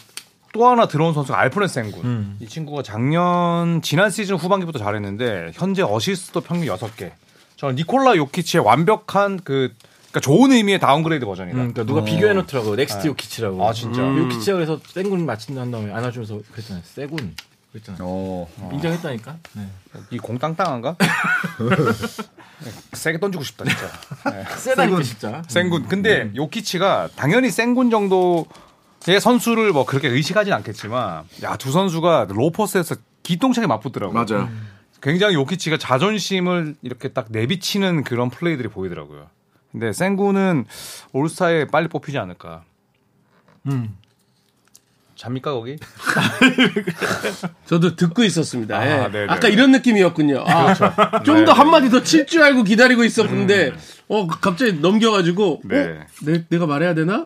Speaker 5: 또 하나 들어온 선수가 알프레스 행군.
Speaker 6: 음.
Speaker 5: 이 친구가 작년 지난 시즌 후반기부터 잘했는데 현재 어시스트 평균 6개. 저는 니콜라 요키치의 완벽한 그 그러니까 좋은 의미의 다운그레이드 버전이다.
Speaker 6: 음, 그러니까 누가 비교해 놓더라고 넥스트 요키치라고
Speaker 5: 아, 진짜?
Speaker 6: 요키치가 그래서 쌩군 마친 한 다음에 안아주면서 그랬잖아요 쌩군 그랬잖아요
Speaker 2: 어,
Speaker 6: 인정했다니까 네.
Speaker 5: 이 공 땅땅한가?
Speaker 6: *laughs*
Speaker 5: *laughs* 네, 세게 던지고 싶다 진짜.
Speaker 6: 아, 세다니까 진짜
Speaker 5: 생군. 근데 요키치가 당연히 생군 정도의 선수를 뭐 그렇게 의식하진 않겠지만 야 두 선수가 로퍼스에서 기똥차게 맞붙더라고요.
Speaker 3: 맞아요.
Speaker 5: 굉장히 요키치가 자존심을 이렇게 딱 내비치는 그런 플레이들이 보이더라고요. 근데 생군은 올스타에 빨리 뽑히지 않을까. 잡니까 거기?
Speaker 4: 저도 듣고 있었습니다. 예.
Speaker 5: 아, 네네. 그렇죠. 네,
Speaker 4: 아까 이런 느낌이었군요. 아, 좀 더 한마디 더 칠 줄 알고 기다리고 있었는데, 어, 갑자기 넘겨가지고,
Speaker 5: 음. 네.
Speaker 4: 어? 내, 내가 말해야 되나?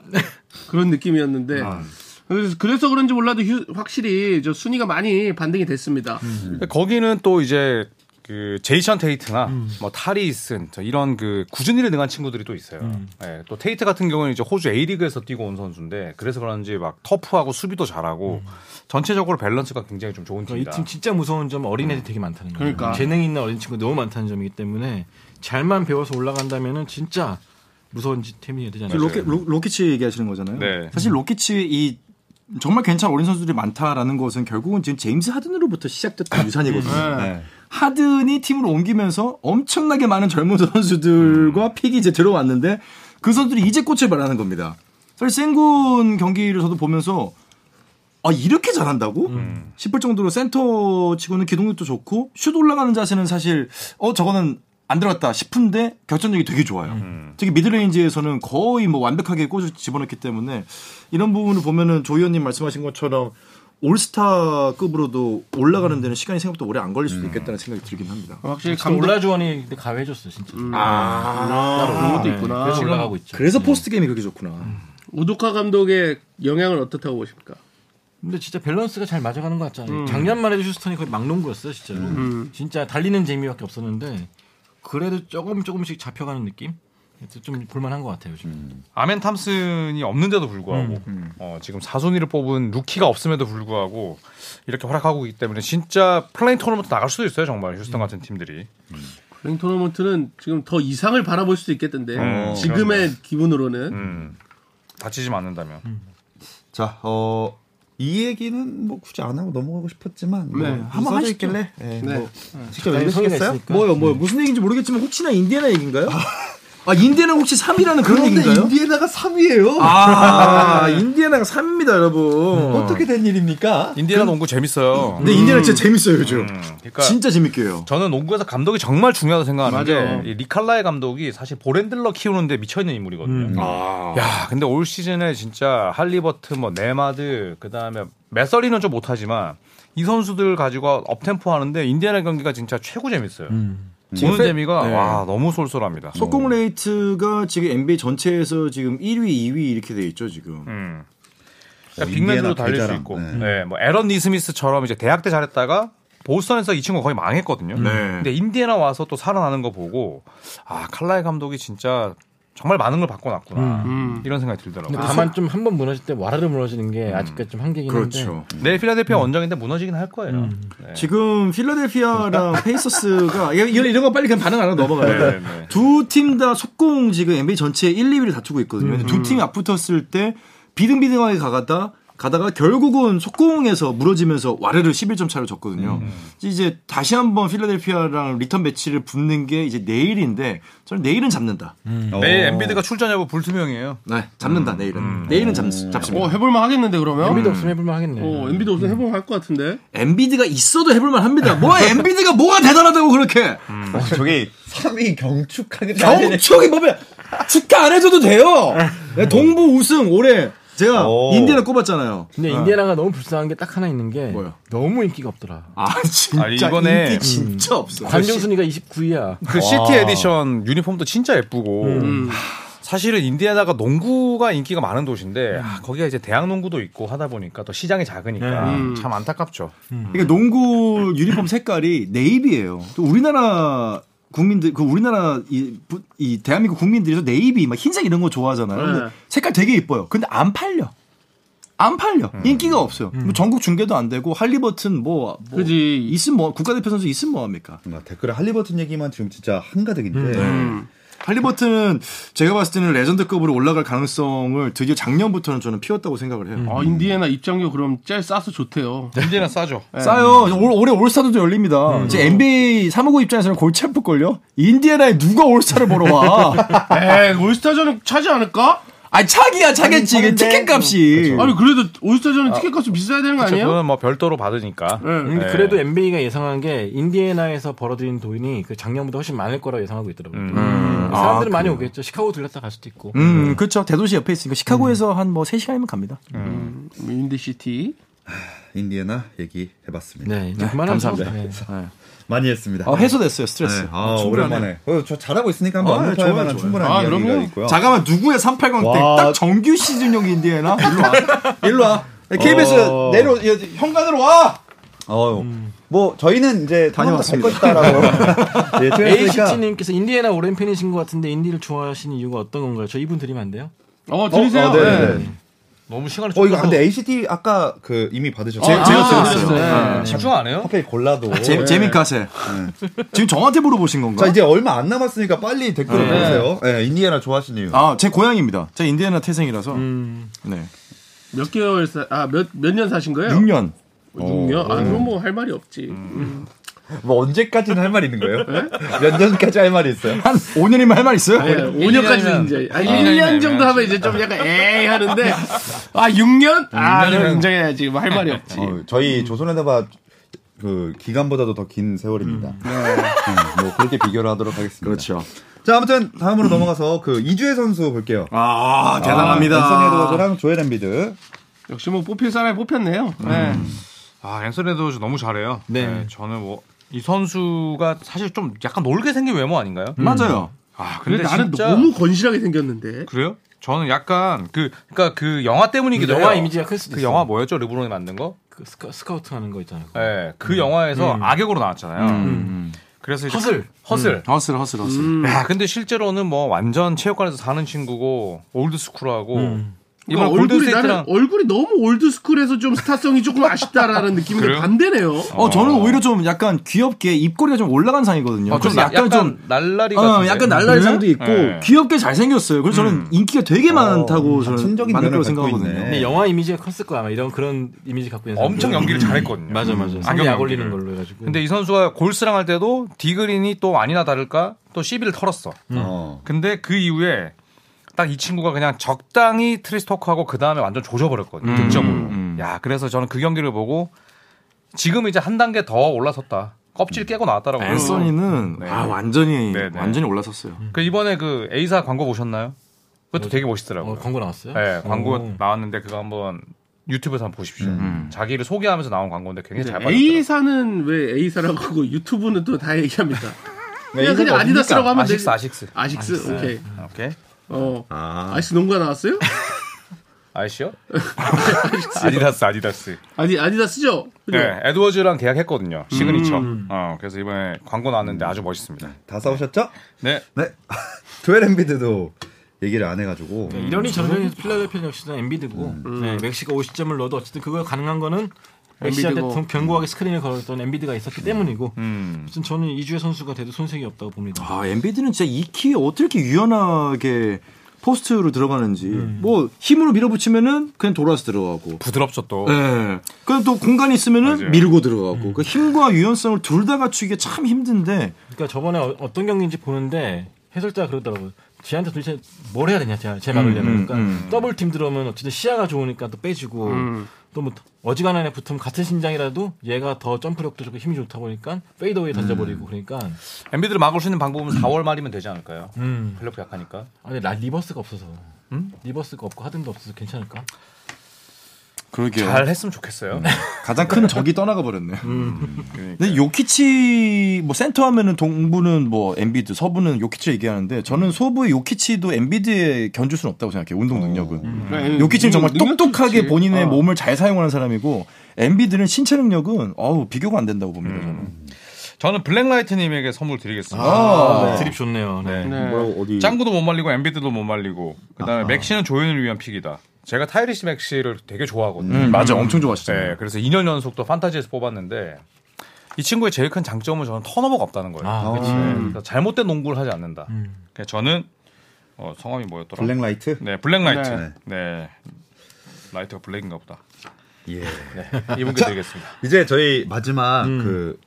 Speaker 4: 그런 느낌이었는데.
Speaker 5: 음.
Speaker 4: 그래서- 그래서 그런지 몰라도 휴- 확실히 저 순위가 많이 반등이 됐습니다.
Speaker 5: 근데 거기는 또 이제 그 제이션 테이트나 뭐 타리슨 저 이런 그 굳은 일에 능한 친구들이 또 있어요. 예, 또 테이트 같은 경우는 이제 호주 A 리그에서 뛰고 온 선수인데 그래서 그런지 막 터프하고 수비도 잘하고 전체적으로 밸런스가 굉장히 좀 좋은
Speaker 6: 그러니까
Speaker 5: 팀이다.
Speaker 6: 이팀 진짜 무서운 점 어린애들 되게 많다는 거예요
Speaker 4: 그러니까.
Speaker 6: 재능 있는 어린 친구 너무 많다는 점이기 때문에 잘만 배워서 올라간다면은 진짜 무서운 지- 팀이 되지 않을까
Speaker 3: 로켓 로, 로키치 얘기하시는 거잖아요.
Speaker 5: 네.
Speaker 3: 사실 로키치 이 정말 괜찮은 어린 선수들이 많다라는 것은 결국은 지금 제임스 하든으로부터 시작됐던 유산이거든요. 네. 하든이 팀을 옮기면서 엄청나게 많은 젊은 선수들과 픽이 이제 들어왔는데 그 선수들이 이제 꽃을 발하는 겁니다. 사실 생군 경기를 저도 보면서 아 이렇게 잘한다고 싶을 정도로 센터 치고는 기동력도 좋고 슛 올라가는 자세는 사실 어 저거는 안 들어갔다 싶은데 결정력이 되게 좋아요. 특히 미드레인지에서는 거의 뭐 완벽하게 꽂을 집어넣기 때문에 이런 부분을 보면은 조 의원님 말씀하신 것처럼 올스타급으로도 올라가는 데는 시간이 생각보다 오래 안 걸릴 수도 있겠다는 생각이 들긴 합니다.
Speaker 4: 확실히
Speaker 6: 지금
Speaker 4: 그 감독
Speaker 6: 올라주원이 근데 가해줬어 진짜
Speaker 4: 아, 그런 것도 있구나.
Speaker 5: 네,
Speaker 6: 그래서 올라가고 있죠 음.
Speaker 3: 그래서 포스트 게임이 그렇게 좋구나.
Speaker 4: 우두카 감독의 영향을 어떻다고 보십니까?
Speaker 6: 근데 진짜 밸런스가 잘 맞아가는 것
Speaker 3: 음.
Speaker 6: 같잖아요. 작년만 해도 슈스턴이 거의 막농구였어요, 진짜로. 진짜 달리는 재미밖에 없었는데 그래도 조금 조금씩 잡혀가는 느낌? 그래서 좀 볼만한 것 같아요, 요즘.
Speaker 3: 음.
Speaker 5: 아멘 탐슨이 없는데도 불구하고 어, 지금 사순위를 뽑은 루키가 없음에도 불구하고 이렇게 활약하고 있기 때문에 진짜 플레인 토너먼트 나갈 수도 있어요 정말 휴스턴 같은 팀들이
Speaker 4: 랭 토너먼트는 지금 더 이상을 바라볼 수도 있겠던데
Speaker 5: 음,
Speaker 4: 지금의 기분으로는
Speaker 5: 음. 다치지 않는다면
Speaker 2: 자, 어, 이 얘기는 뭐 굳이 안 하고 넘어가고 싶었지만 뭐
Speaker 4: 네,
Speaker 2: 한번 하시길래 예,
Speaker 4: 네.
Speaker 2: 뭐 직접
Speaker 6: 자기 성의가
Speaker 2: 읽으시겠어요?
Speaker 6: 있으니까.
Speaker 3: 뭐요,
Speaker 2: 네.
Speaker 3: 뭐요. 무슨 얘기인지 모르겠지만 혹시나 인디애나 얘기인가요? 아, 인디애나 혹시 3위라는 그런 얘기인가요?
Speaker 2: 인디애나가 3위예요.
Speaker 3: 아, 인디애나가 3위입니다, 여러분.
Speaker 2: 음, 어떻게 된 일입니까?
Speaker 5: 인디애나 농구 재밌어요.
Speaker 3: 근데 인디애나 진짜 재밌어요, 요즘.
Speaker 5: 음,
Speaker 3: 네.
Speaker 5: 그러니까
Speaker 3: 진짜 재밌게 해요.
Speaker 5: 저는 농구에서 감독이 정말 중요하다고
Speaker 4: 맞아요.
Speaker 5: 생각하는 게 이 리칼라의 감독이 사실 보렌들러 키우는데 미쳐있는 인물이거든요.
Speaker 4: 음.
Speaker 5: 아. 야, 근데 올 시즌에 진짜 할리버트, 뭐 네마드, 그 다음에 메서리는 좀 못하지만 이 선수들 가지고 업템포 하는데 인디애나 경기가 진짜 최고 재밌어요.
Speaker 4: 음.
Speaker 5: 보는
Speaker 3: 팬-
Speaker 5: 재미가
Speaker 3: 네.
Speaker 5: 와 너무 쏠쏠합니다.
Speaker 3: 속공 레이트가 지금 NBA 전체에서 지금 1위, 2위 이렇게 돼 있죠, 지금.
Speaker 5: 음. 그러니까
Speaker 2: 어, 인디애나
Speaker 5: 빅맨으로 달릴 수
Speaker 2: 대자랑.
Speaker 5: 있고,
Speaker 2: 네.
Speaker 5: 네. 뭐 에런 니스미스처럼 이제 대학 때 잘했다가 보스턴에서 이 친구 거의 망했거든요. 근데 인디애나 와서 또 살아나는 거 보고 아 칼라이 감독이 진짜 정말 많은 걸 바꿔놨구나
Speaker 4: 음.
Speaker 5: 이런 생각이
Speaker 6: 근데
Speaker 3: 아,
Speaker 5: 들더라고요.
Speaker 6: 다만 좀 한 번 무너질 때 와르르 무너지는 게 아직까지 좀 한계긴 한데
Speaker 3: 음. 그렇죠.
Speaker 5: 내일 필라델피아 원정인데 무너지긴 할 거예요. 네.
Speaker 3: 지금 필라델피아랑
Speaker 2: *laughs*
Speaker 3: 페이서스가 이거- 이런, 이런 거 빨리 그냥 반응 안 하고 넘어가요.
Speaker 5: 네, 네.
Speaker 3: 두 팀 다 속공 지금 NBA 전체 1, 2위를 다투고 있거든요.
Speaker 4: 음.
Speaker 3: 근데 두 팀이 앞붙었을 때 비등비등하게 가가다 가다가 결국은 속공에서 무너지면서 와르르 11점 차로 졌거든요.
Speaker 4: 음.
Speaker 3: 이제 다시 한번 필라델피아랑 리턴 매치를 붙는 게 이제 내일인데 저는 내일은 잡는다.
Speaker 2: 어.
Speaker 5: 내일 엔비드가 출전 여부 불투명이에요.
Speaker 3: 네, 잡는다 내일은. 내일은 잡,
Speaker 4: 음. 어,
Speaker 3: 잡습니다.
Speaker 4: 해볼만 하겠는데 그러면
Speaker 6: 엔비도
Speaker 3: 음.
Speaker 6: 없으면 해볼만 하겠네요.
Speaker 4: 어, 엔비도 없으면 해볼만 할 것 같은데
Speaker 3: 엔비드가 있어도 해볼만 합니다. 뭐 *laughs* 엔비드가 뭐가 대단하다고 그렇게
Speaker 4: 음.
Speaker 2: 어, 저게 3위 경축하게
Speaker 3: 경축이 뭐야? 축하 안 해줘도 돼요.
Speaker 4: 음.
Speaker 3: 네, 동부 우승 올해 제가
Speaker 2: 오.
Speaker 3: 인디애나 꼽았잖아요.
Speaker 6: 근데 인디애나가 너무 불쌍한 게 딱 하나 있는 게
Speaker 3: 뭐요?
Speaker 6: 너무 인기가 없더라.
Speaker 3: 아 진짜
Speaker 5: 아, 이번에
Speaker 3: 인기 진짜 없어.
Speaker 6: 관중 순위가 29위야.
Speaker 5: 그 시티 에디션 유니폼도 진짜 예쁘고 하, 사실은 인디애나가 농구가 인기가 많은 도시인데 아, 거기가 이제 대학 농구도 있고 하다 보니까 또 시장이 작으니까 참 안타깝죠.
Speaker 3: 그러니까 농구 유니폼 색깔이 네이비예요. 또 우리나라 국민들 그 우리나라 이, 부- 이 대한민국 국민들이서 네이비 막 흰색 이런 거 좋아하잖아요.
Speaker 4: 네.
Speaker 3: 근데 색깔 되게 예뻐요. 근데 안 팔려. 안 팔려. 인기가 없어요. 뭐 전국 중계도 안 되고 할리버튼 뭐, 뭐
Speaker 4: 그지.
Speaker 3: 있으면 뭐 국가대표 선수 있으면 뭐 합니까?
Speaker 2: 댓글에 할리버튼 얘기만 지금 진짜 한가득인데
Speaker 3: 할리버튼은 제가 봤을 때는 레전드급으로 올라갈 가능성을 드디어 작년부터는 저는 피웠다고 생각을 해요.
Speaker 4: 아 인디애나 입장료 그럼 짤 싸서 좋대요
Speaker 5: 인디애나 싸죠.
Speaker 3: 싸요. 올, 올해 올스타도 좀 열립니다. 이제 NBA 3호구 입장에서는 골치 아플걸요? 인디애나에 누가 올스타를 보러 *laughs* 와?
Speaker 4: 에이 그 올스타전은 차지 않을까?
Speaker 3: 아, 차기야, 차겠지. 이게 티켓 값이.
Speaker 4: 아니 그래도 올스타전은 티켓값이 비싸야 되는 거
Speaker 5: 그쵸,
Speaker 4: 아니에요?
Speaker 5: 그건 뭐 별도로 받으니까.
Speaker 4: 예.
Speaker 6: 근데
Speaker 5: 네.
Speaker 6: 그래도 NBA가 예상한 게 인디애나에서 벌어들인 돈이 그 작년보다 훨씬 많을 거라고 예상하고 있더라고요. 사람들은 많이 오겠죠. 시카고 들렸다 갈 수도 있고.
Speaker 3: 아, 음, 그렇죠. 대도시 옆에 있으니까 시카고에서 한 뭐 3시간이면 갑니다.
Speaker 4: 음. 인디시티
Speaker 2: 인디애나 얘기해봤습니다.
Speaker 6: 네, 이제 그만하죠.
Speaker 3: 감사합니다.
Speaker 6: 네.
Speaker 2: 많이 했습니다.
Speaker 3: 아, 해소됐어요, 스트레스.
Speaker 2: 네, 아, 오랜만에. 어, 저 잘하고
Speaker 3: 아,
Speaker 2: 있으니까 한번 언급할
Speaker 3: 좋아요,
Speaker 2: 만한
Speaker 3: 좋아요.
Speaker 2: 충분한
Speaker 4: 아,
Speaker 2: 이야기가
Speaker 4: 그럼요.
Speaker 2: 있고요. *laughs*
Speaker 3: 잠깐만, 누구의 380 때
Speaker 2: 와.
Speaker 3: 딱 정규 시즌용 인디애나? *laughs* 일로 와. 일로 와. KBS
Speaker 2: 어.
Speaker 3: 내려, 현관으로 와!
Speaker 2: 어유. 뭐 저희는 이제
Speaker 3: 다녀왔습니다.
Speaker 2: 다녔다라고. 예, 그러니까
Speaker 6: ACT님께서 인디애나 오랜 팬이신 것 같은데 인디를 좋아하시는 이유가 어떤 건가요? 저 이분 드리면 안 돼요?
Speaker 4: 어 들리세요?
Speaker 2: 어, 네, 네.
Speaker 5: 너무 시간을
Speaker 2: 어 이거
Speaker 5: 쫓겨서
Speaker 2: 근데 ACT 아까 그 이미 받으셨죠?
Speaker 4: 제- 제가 들었어요.
Speaker 5: 집중 안 해요? 네.
Speaker 2: 하필 골라도. 네.
Speaker 3: 재, 재민카세. 지금 저한테 물어보신 건가?
Speaker 2: 자 이제 얼마 안 남았으니까 빨리 댓글을 보세요. 예, 인디애나 좋아하시는 이유.
Speaker 3: 아, 제 고향입니다. 제가 인디애나 태생이라서. 네.
Speaker 4: 몇 개월 아몇 몇 년 사신 거예요?
Speaker 3: 6년.
Speaker 4: 육년 아, 그럼 뭐 할 말이 없지. 음.
Speaker 2: 뭐 언제까지는 할 말이 있는 거예요? 몇 년까지 할 말이 있어요?
Speaker 3: 한 5년이면 할 말 있어요?
Speaker 4: 네, 5년까지는
Speaker 5: 년이면-
Speaker 4: 이제 아,
Speaker 5: 아, 년이면
Speaker 4: 1년 정도 하면 이제 좀 약간 에이 하는데 아 6년? 아, 그럼 인정해야지. 뭐 할 말이 없지.
Speaker 3: 음.
Speaker 2: 어, 저희 조선에다가 그 기간보다도 더 긴 세월입니다. 음, 뭐 그렇게 비교를 하도록 하겠습니다.
Speaker 3: 그렇죠.
Speaker 2: 자 아무튼 다음으로 넘어가서 그 이주혜 선수 볼게요.
Speaker 3: 아, 대단합니다.
Speaker 2: 앤서니 에드워드랑 조엘 엠비드.
Speaker 4: 역시 뭐 뽑힐 사람이 뽑혔네요. 네.
Speaker 5: 아 앤서니도 너무 잘해요.
Speaker 6: 네.
Speaker 5: 저는 뭐. 이 선수가 사실 좀 약간 놀게 생긴 외모 아닌가요?
Speaker 3: 음. 맞아요.
Speaker 5: 아,
Speaker 4: 근데,
Speaker 5: 근데
Speaker 4: 나는
Speaker 5: 진짜
Speaker 4: 너무 건실하게 생겼는데.
Speaker 5: 그래요? 저는 약간 그 그러니까 그 영화 때문이기도
Speaker 6: 영화
Speaker 5: 해요.
Speaker 6: 이미지가 클 수도
Speaker 5: 그
Speaker 6: 있어.
Speaker 5: 영화 뭐였죠? 르브론이 만든 거?
Speaker 6: 그 스카, 스카우트 하는 거
Speaker 3: 네.
Speaker 6: 있잖아요.
Speaker 5: 예. 그 영화에서 악역으로 나왔잖아요.
Speaker 6: 음.
Speaker 5: 그래서 이제
Speaker 6: 허슬.
Speaker 5: 허슬. 음.
Speaker 3: 허슬 허슬 허슬.
Speaker 4: 음.
Speaker 5: 야, 근데 실제로는 뭐 완전 체육관에서 사는 친구고 올드 스쿨하고 이번
Speaker 4: 그러니까
Speaker 5: 골든
Speaker 4: 얼굴이
Speaker 5: 스테이트랑
Speaker 4: 나는 얼굴이 너무 올드스쿨해서 좀 스타성이 조금 아쉽다라는 느낌인데
Speaker 5: 그래요?
Speaker 4: 반대네요.
Speaker 3: 어, 저는 오히려 좀 약간 귀엽게 입꼬리가 좀 올라간 상이거든요.
Speaker 5: 어, 좀
Speaker 3: 그래서
Speaker 5: 약간, 좀 날라리 같은
Speaker 3: 어, 약간 날라리 상도 있고
Speaker 5: 네.
Speaker 3: 귀엽게 잘생겼어요. 그래서 저는 인기가 되게 많다고 저는
Speaker 2: 다층적인
Speaker 3: 많을 거라고
Speaker 2: 면을 갖고
Speaker 3: 생각하거든요.
Speaker 2: 있네.
Speaker 6: 근데 영화 이미지가 컸을 거야. 아마 이런 그런 이미지 갖고 있는
Speaker 5: 엄청
Speaker 6: 사람들은.
Speaker 5: 연기를 잘했거든요. 음.
Speaker 6: 맞아 맞아. 상대 약 올리는 걸로 해가지고.
Speaker 5: 근데 이 선수가 골스랑 할 때도 디그린이 또 아니나 다를까 또 시비를 털었어.
Speaker 2: 어.
Speaker 5: 근데 그 이후에 딱 이 친구가 그냥 적당히 트리스토크하고 그 다음에 완전 조져버렸거든요. 득점으로. 야, 그래서 저는 그 경기를 보고 지금 이제 한 단계 더 올라섰다. 껍질 깨고
Speaker 6: 음.
Speaker 5: 나왔다라고.
Speaker 3: 어, 앤서니는
Speaker 5: 그 네.
Speaker 3: 아 완전히
Speaker 5: 네, 네.
Speaker 3: 완전히 올라섰어요.
Speaker 6: 음,
Speaker 5: 그 이번에 그 에이사 광고 보셨나요? 그것도 되게 멋있더라고요.
Speaker 6: 어, 광고 나왔어요?
Speaker 5: 네, 광고
Speaker 6: 오.
Speaker 5: 나왔는데 그거 한번 유튜브에서 한번 보십시오. 음. 자기를 소개하면서 나온 광고인데 굉장히 잘 봤어요.
Speaker 4: A사는 왜 A사라고 하고 *laughs* 유튜브는 또 다 얘기합니다.
Speaker 5: 네,
Speaker 4: 그냥
Speaker 2: A사가
Speaker 4: 그냥 아디다스라고 하면
Speaker 5: 아식스,
Speaker 4: 되지.
Speaker 5: 아식스.
Speaker 4: 아식스, 오케이.
Speaker 5: 오케이.
Speaker 4: 어.
Speaker 2: 아.
Speaker 4: 아. 식스 농구가 나왔어요?
Speaker 5: 아시요? *laughs* 아디다스, 아디다스.
Speaker 4: 아니 아디다스죠. 그죠?
Speaker 5: 네, 에드워즈랑 계약했거든요. 시그니처. 어, 그래서 이번에 광고 나왔는데 아주 멋있습니다.
Speaker 2: 다 싸우셨죠?
Speaker 5: 네.
Speaker 2: 네. 조엘 엠비드도 얘기를 안 해가지고.
Speaker 6: 네, 이러니 저러니 필라델피아 역시나 엠비드고
Speaker 3: 음.
Speaker 5: 음.
Speaker 6: 네, 멕시가 50점을 넣어도 어쨌든 그걸 가능한 거는 멕시한테
Speaker 4: 엠비드고.
Speaker 6: 좀 견고하게 스크린을 걸었던 엠비드가 있었기 때문이고
Speaker 5: 음.
Speaker 6: 아무튼 저는 이주의 선수가 돼도 손색이 없다고 봅니다.
Speaker 3: 아 엔비드는 진짜 이 키에 어떻게 이렇게 유연하게 포스트로 들어가는지 뭐 힘으로 밀어붙이면은 그냥 돌아서 들어가고
Speaker 5: 부드럽죠, 또.
Speaker 3: 예. 그럼 또 공간이 있으면은
Speaker 5: 맞아요.
Speaker 3: 밀고 들어가고 그 힘과 유연성을 둘 다 갖추기가 참 힘든데
Speaker 6: 그러니까 저번에 어, 떤 경기인지 보는데 해설자가 그러더라고요. 쟤한테 도대체 뭘 해야 되냐, 쟤, 쟤 막으려면. 그러니까 더블 팀 들어오면 어쨌든 시야가 좋으니까 또 빼주고 또 뭐 어지간한 애 붙으면 같은 신장이라도 얘가 더 점프력도 좋고 힘이 좋다 보니까 페이더웨이 던져버리고 그러니까
Speaker 5: 엔비드를 막을 수 있는 방법은 4월 말이면 되지 않을까요?
Speaker 6: 음.
Speaker 5: 블록 약하니까.
Speaker 6: 아니 라 리버스가 없어서 리버스가 없고 하든도 없어서 괜찮을까?
Speaker 3: 그러게요.
Speaker 5: 잘 했으면 좋겠어요.
Speaker 3: 가장 큰 적이 떠나가 버렸네. 근데 요키치 뭐 센터 하면은 동부는 뭐 엔비드, 서부는 요키치 얘기하는데 저는 서부의 요키치도 엔비드에 견줄 수는 없다고 생각해요. 운동 능력은. 음.
Speaker 4: 그러니까
Speaker 3: 요키치는 정말
Speaker 4: 능력도
Speaker 3: 똑똑하게
Speaker 4: 좋지.
Speaker 3: 본인의
Speaker 4: 어.
Speaker 3: 몸을 잘 사용하는 사람이고 엔비드는 신체 능력은 어우 비교가 안 된다고 봅니다. 저는.
Speaker 5: 저는 블랙라이트님에게 선물 드리겠습니다.
Speaker 6: 아, 드립 좋네요. 네.
Speaker 5: 네.
Speaker 4: 네.
Speaker 2: 어디?
Speaker 5: 짱구도 못 말리고 엠비드도 못 말리고 그다음에 맥시는 조연을 위한 픽이다. 제가 타이리시 맥시를 되게 좋아하거든요.
Speaker 3: 음, 맞아, 엄청 좋아하시잖아요.
Speaker 5: 네, 그래서 2년 연속 또 판타지에서 뽑았는데 이 친구의 제일 큰 장점은 저는 턴오버가 없다는 거예요. 네,
Speaker 6: 아,
Speaker 5: 그치. 그래서 잘못된 농구를 하지 않는다. 그래서 저는 어, 성함이 뭐였더라?
Speaker 2: 블랙라이트?
Speaker 5: 네, 블랙라이트.
Speaker 4: 네.
Speaker 5: 네. 라이트가 블랙인가 보다. 네,
Speaker 2: 예.
Speaker 5: 이분께 드리겠습니다.
Speaker 2: 이제 저희 마지막
Speaker 3: 음.
Speaker 2: 그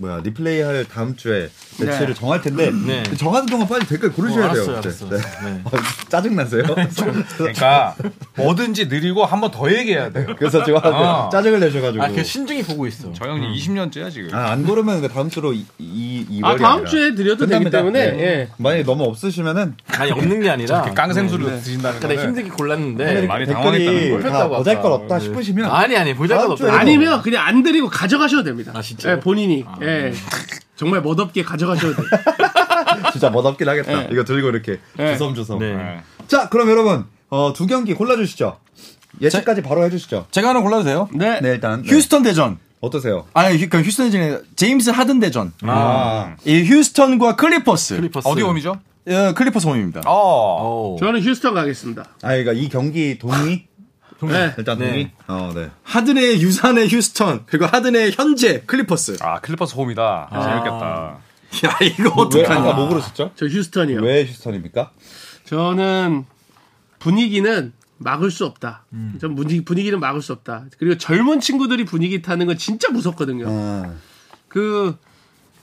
Speaker 2: 뭐야 리플레이 할 다음 주에 매치를 정할 텐데
Speaker 6: 네.
Speaker 2: 정하는 동안 빨리 댓글 고르셔야
Speaker 6: 어,
Speaker 2: 돼요.
Speaker 6: 알았어요,
Speaker 2: 이제.
Speaker 6: 알았어요.
Speaker 2: 네.
Speaker 6: 네.
Speaker 2: *laughs* 짜증
Speaker 6: *laughs*
Speaker 2: 나세요?
Speaker 5: 그러니까 뭐든지 느리고 한 번 더 얘기해야 돼요.
Speaker 2: 그래서 지금
Speaker 5: 아.
Speaker 2: 짜증을 내셔가지고
Speaker 6: 아, 그 신중히 보고 있어.
Speaker 5: 저 형님 20년째야 지금.
Speaker 2: 아, 안 고르면 그 다음 주로 이, 이, 이
Speaker 4: 아 다음 주에 드려도 되기 때문에
Speaker 6: 네.
Speaker 4: 예.
Speaker 2: 만약에 너무 없으시면은
Speaker 6: 아니 없는 게 네. 아니라
Speaker 5: 깡생수를 드신다는
Speaker 6: 그러니까 내가
Speaker 5: 거는
Speaker 6: 힘들게 골랐는데
Speaker 5: 많이 당황했다는
Speaker 2: 댓글이
Speaker 5: 거예요.
Speaker 2: 다
Speaker 6: 뽑혔다고
Speaker 2: 보잘 것
Speaker 6: 아까.
Speaker 4: 네.
Speaker 2: 없다 싶으시면
Speaker 6: 아니 아니 보자가
Speaker 2: 다음
Speaker 6: 없다.
Speaker 2: 주에
Speaker 4: 아니면 그냥 안 드리고 가져가셔도 됩니다.
Speaker 6: 아, 진짜요?
Speaker 4: 예, 본인이 예. 정말 멋없게 가져가셔도
Speaker 5: *laughs*
Speaker 4: 돼요.
Speaker 2: 진짜 멋없긴 하겠다.
Speaker 4: 네.
Speaker 2: 이거 들고 이렇게
Speaker 4: 예.
Speaker 2: 주섬주섬.
Speaker 6: 네.
Speaker 2: 자, 그럼 여러분 어, 두 경기 골라주시죠. 예측까지 바로 해주시죠.
Speaker 3: 제가 하나 골라도 돼요?
Speaker 4: 네.
Speaker 2: 네, 일단 네.
Speaker 3: 휴스턴 대전.
Speaker 2: 어떠세요?
Speaker 3: 아니, 그러니까 휴스턴 대전에 제임스 하든 대전.
Speaker 2: 아,
Speaker 3: 이 휴스턴과 클리퍼스.
Speaker 6: 클리퍼스.
Speaker 5: 어디 홈이죠?
Speaker 3: 어, 클리퍼스 홈입니다.
Speaker 5: 어.
Speaker 6: 오.
Speaker 4: 저는 휴스턴 가겠습니다.
Speaker 2: 아, 그러니까 이 경기 동의
Speaker 4: 네.
Speaker 2: 일단
Speaker 6: 네.
Speaker 2: 동의. 어, 네.
Speaker 3: 하든의 유산의 휴스턴 그리고 하든의 현재 클리퍼스.
Speaker 5: 아 클리퍼스 홈이다. 재밌겠다.
Speaker 3: 야 아, 이거
Speaker 2: 왜
Speaker 3: 어떡하냐.
Speaker 2: 아까 뭐 그러셨죠?
Speaker 4: 저 휴스턴이요.
Speaker 2: 왜 휴스턴입니까?
Speaker 4: 저는 분위기는 막을 수 없다.
Speaker 2: 음.
Speaker 4: 전 분위기, 분위기는 막을 수 없다. 그리고 젊은 친구들이 분위기 타는 건 진짜 무섭거든요.
Speaker 2: 아,
Speaker 4: 그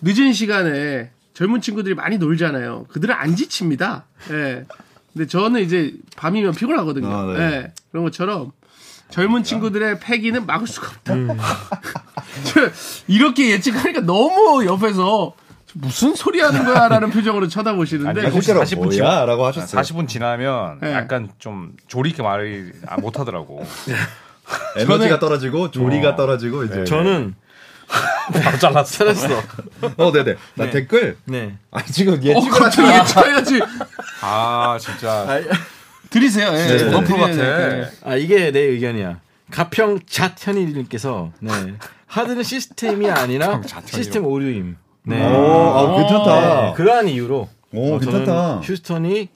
Speaker 4: 늦은 시간에 젊은 친구들이 많이 놀잖아요. 그들은 안 지칩니다. 예. 근데 저는 이제 밤이면 피곤하거든요.
Speaker 2: 아, 네.
Speaker 4: 예. 그런 것처럼 젊은 친구들의 패기는 막을 수가 없다.
Speaker 2: 음.
Speaker 4: 저 *laughs* 이렇게 예측하니까 너무 옆에서 무슨 소리 하는 거야라는 표정으로 쳐다보시는데
Speaker 5: 아니, 혹시
Speaker 2: 실제로
Speaker 5: 40분
Speaker 2: 뭐야?
Speaker 5: 지나-
Speaker 2: 라고 하셨어요.
Speaker 5: 40분 지나면
Speaker 4: 네.
Speaker 5: 약간 좀 조리 있게 말을 아, 못 하더라고.
Speaker 2: 에너지가 떨어지고 조리가 떨어지고 이제.
Speaker 6: 네. 저는
Speaker 5: 네. *laughs* 바로 잘랐어.
Speaker 6: 잘했어.
Speaker 5: *laughs*
Speaker 2: 어, 네, 네. 나 댓글.
Speaker 6: 네.
Speaker 2: 아, 지금
Speaker 4: 어
Speaker 2: 예측을
Speaker 4: 갑자기 쳐야지.
Speaker 5: 아 진짜
Speaker 4: 드리세요. 예.
Speaker 2: 네.
Speaker 5: 진짜
Speaker 4: 예,
Speaker 5: 프로
Speaker 4: 드려야
Speaker 5: 같아.
Speaker 4: 되니까, 예.
Speaker 6: 아 이게 내 의견이야. 가평 잣현일님께서 네. 하드는 시스템이 아니라 시스템 오류임. 네.
Speaker 2: 오, 아, 괜찮다.
Speaker 6: 네, 그러한 이유로
Speaker 2: 오,
Speaker 6: 어, 저는
Speaker 2: 괜찮다.
Speaker 6: 휴스턴이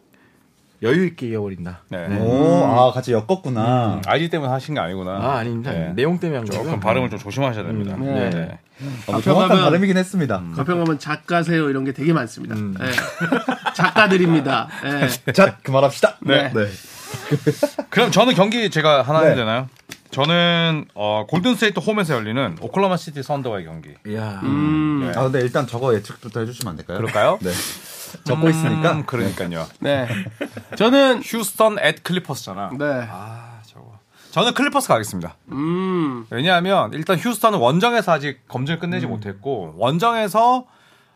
Speaker 6: 여유 있게 이겨버린다.
Speaker 5: 네.
Speaker 2: 오, 아, 같이 엮었구나.
Speaker 5: 아이디 때문에 하신 게 아니구나.
Speaker 6: 아 아닙니다.
Speaker 5: 네.
Speaker 6: 내용 때문에 한 거고요.
Speaker 5: 조금 발음을 좀 조심하셔야 됩니다.
Speaker 4: 네.
Speaker 5: 네.
Speaker 2: 아, 뭐 정확한
Speaker 4: 앞에 가면-
Speaker 2: 발음이긴 했습니다.
Speaker 4: 가평 가면 작가세요 이런 게 되게 많습니다.
Speaker 2: 음.
Speaker 4: 예. 작가들입니다. 예.
Speaker 2: 자, 그만합시다.
Speaker 4: 네.
Speaker 5: 그럼 저는 경기 제가 하나 해도
Speaker 2: 네.
Speaker 5: 되나요? 저는 어, 골든스테이트 홈에서 열리는 오클라마 시티 선더와의 경기.
Speaker 6: 이야.
Speaker 4: 음.
Speaker 2: 아, 근데 일단 저거 예측부터 해주시면 안 될까요?
Speaker 5: 그럴까요? 음,
Speaker 2: 네. 적고 있으니까.
Speaker 5: 그러니까요.
Speaker 4: 네. 저는
Speaker 5: 휴스턴 앳 클리퍼스잖아.
Speaker 4: 네.
Speaker 5: 아, 저거. 저는 클리퍼스 가겠습니다.
Speaker 4: 음.
Speaker 5: 왜냐하면 일단 휴스턴은 원정에서 아직 검증을 끝내지 못했고 원정에서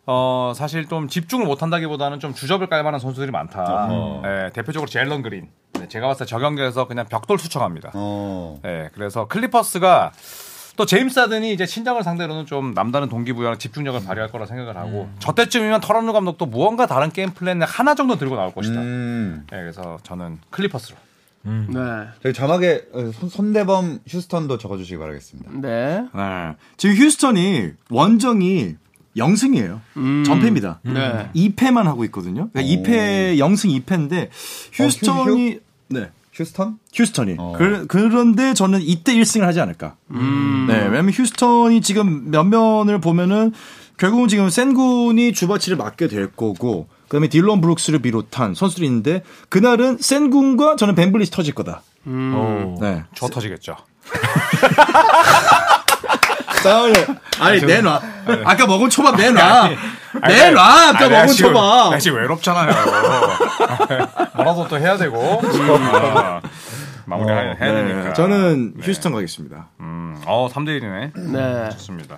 Speaker 5: 어 사실 좀 집중을 못한다기보다는 좀 주접을 깔 만한 선수들이 많다.
Speaker 2: 어.
Speaker 5: 예, 대표적으로 젤런 그린. 네, 제가 봤을 때 저경기에서 그냥 벽돌 투척합니다.
Speaker 2: 어.
Speaker 5: 예, 그래서 클리퍼스가 또 제임스 하든이 이제 친정을 상대로는 좀 남다른 동기부여랑
Speaker 2: 음.
Speaker 5: 집중력을 발휘할 거라 생각을 하고 저 때쯤이면 터런루 감독도 무언가 다른 게임 플랜을 하나 정도 들고 나올 것이다.
Speaker 2: 음.
Speaker 5: 예, 그래서 저는 클리퍼스로.
Speaker 4: 네.
Speaker 2: 저희 자막에 어, 손, 손대범 휴스턴도 적어주시기 바라겠습니다.
Speaker 4: 네.
Speaker 3: 네. 지금 휴스턴이 원정이 0승이에요. 전패입니다.
Speaker 4: 네.
Speaker 3: 2패만 하고 있거든요. 그러니까 2패 0승 2패인데 어, 휴스턴이 네.
Speaker 2: 휴스턴?
Speaker 3: 휴스턴이. 그, 그런데 저는 이때 1승을 하지 않을까. 네, 왜냐면 휴스턴이 지금 면면을 보면은 결국은 지금 센군이 주바치를 맡게 될 거고 그다음에 딜런 브룩스를 비롯한 선수들이 있는데 그날은 센군과 저는 벤블릿이 터질 거다.
Speaker 2: 음. 어.
Speaker 3: 네.
Speaker 5: 저 터지겠죠.
Speaker 3: 싸움을 아니 내놔. 아까 먹은 초밥 내놔. 내놔. 아까
Speaker 5: 아니, 네,
Speaker 3: 먹은
Speaker 5: 날씨 외-
Speaker 3: 초밥.
Speaker 5: 날씨 외롭잖아요. 뭐라도 또 해야 되고. 아, 마무리 해야 되니까.
Speaker 3: 네, 저는 휴스턴 가겠습니다.
Speaker 5: 음, 어, 3대 1이네.
Speaker 4: 네.
Speaker 5: 좋습니다.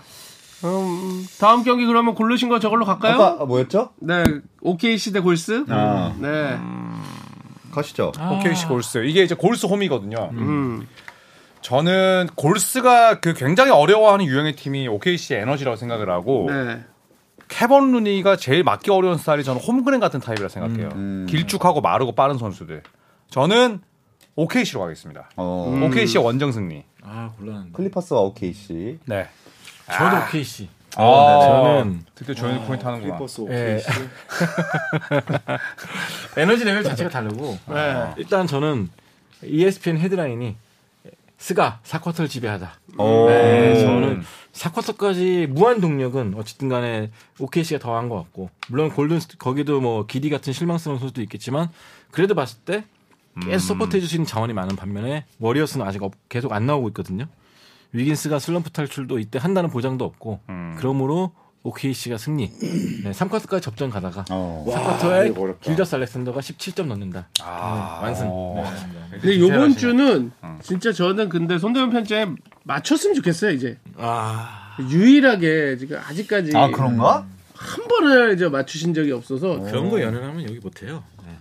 Speaker 4: 음, 다음 경기 그러면 고르신 거 저걸로 갈까요?
Speaker 2: 아까 뭐였죠?
Speaker 4: 네. OKC 대 골스.
Speaker 2: 아,
Speaker 4: 네.
Speaker 2: 가시죠.
Speaker 5: 아. OKC 골스. 이게 이제 골스 홈이거든요.
Speaker 4: 음.
Speaker 5: 저는 골스가 그 굉장히 어려워하는 유형의 팀이 OKC 에너지라고 생각을
Speaker 2: 어,
Speaker 5: 하고
Speaker 4: 네.
Speaker 5: 캐번 루니가 제일 맞기 어려운 스타일이 저는 홈그랜 같은 타입이라 생각해요.
Speaker 2: 음.
Speaker 5: 길쭉하고 마르고 빠른 선수들. 저는 OKC로 가겠습니다.
Speaker 2: 어.
Speaker 3: 음.
Speaker 5: OKC의 원정 승리.
Speaker 6: 아 곤란한데.
Speaker 2: 클리퍼스와 OKC.
Speaker 5: 네.
Speaker 6: 저도 오케이 씨.
Speaker 5: 아,
Speaker 6: 저는
Speaker 5: 특히 조연이 포인트 하는구나.
Speaker 6: 예. *laughs* 에너지 레벨 자체가 다르고 아.
Speaker 4: 네.
Speaker 6: 일단 저는 ESPN 헤드라인이 스가 4쿼터를 지배하다.
Speaker 2: 오.
Speaker 6: 네, 저는 4쿼터까지 무한 동력은 어쨌든 간에 OKC가 더한 것 같고 물론 골든 스- 거기도 뭐 기디 같은 실망스러운 선수도 있겠지만 그래도 봤을 때 계속 서포트해 줄 수 있는 자원이 많은 반면에 워리어스는 아직 없- 계속 안 나오고 있거든요. 위긴스가 슬럼프 탈출도 이때 한다는 보장도 없고 그러므로 OKC가 승리. 네, 3쿼터까지 접전 가다가
Speaker 2: 어.
Speaker 3: 아,
Speaker 6: 4쿼터에 길저스 알렉산더가 17점 넣는다.
Speaker 5: 아,
Speaker 6: 네, 완승.
Speaker 5: 오.
Speaker 4: 근데 요번 주는
Speaker 2: 어.
Speaker 4: 진짜 저는 근데 손대원 편집에 맞췄으면 좋겠어요, 이제.
Speaker 6: 아,
Speaker 4: 유일하게 지금 아직까지
Speaker 2: 아, 그런가?
Speaker 4: 한 번을 이제 맞추신 적이 없어서
Speaker 6: 그런 거 연연하면 여기 못해요. 네.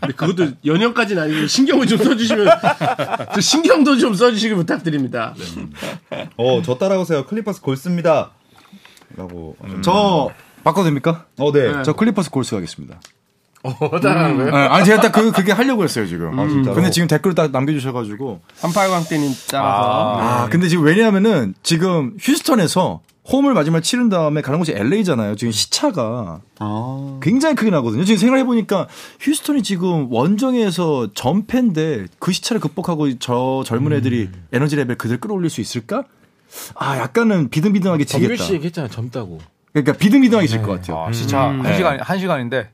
Speaker 4: 근데 그것도 연연까지는 아니고 신경을 좀 써주시면 *laughs* 저 신경도 좀 써주시길 부탁드립니다.
Speaker 5: 네.
Speaker 2: 어, 저 따라오세요. 클리퍼스 골스입니다. 라고. 하셨-
Speaker 3: 저 음. 바꿔도 됩니까?
Speaker 2: 어, 네.
Speaker 4: 네.
Speaker 3: 저 클리퍼스 골스 가겠습니다.
Speaker 4: 뭐
Speaker 6: 어다라는
Speaker 4: 음,
Speaker 6: 거예요?
Speaker 3: 네, 아니 제가 딱 그 그게 하려고 했어요 지금.
Speaker 2: 아,
Speaker 3: 음.
Speaker 2: 진짜로?
Speaker 3: 근데 지금 댓글을 딱 남겨주셔가지고
Speaker 4: 한팔광대님 따라서
Speaker 3: 아 근데 지금 왜냐하면은 지금 휴스턴에서 홈을 마지막 치른 다음에 가는 곳이 LA잖아요. 지금 시차가
Speaker 2: 아.
Speaker 3: 굉장히 크게 나거든요. 지금 생각해 보니까 휴스턴이 지금 원정에서 전패인데 그 시차를 극복하고 저 젊은 애들이 에너지 레벨 그대로 끌어올릴 수 있을까? 아 약간은 비등비등하게
Speaker 6: 정규
Speaker 3: 지겠다.
Speaker 6: 씨 얘기했잖아, 젊다고.
Speaker 3: 그러니까 비등비등하게 질 것 같아요. 음.
Speaker 5: 아, 진짜 한 시간 한 시간인데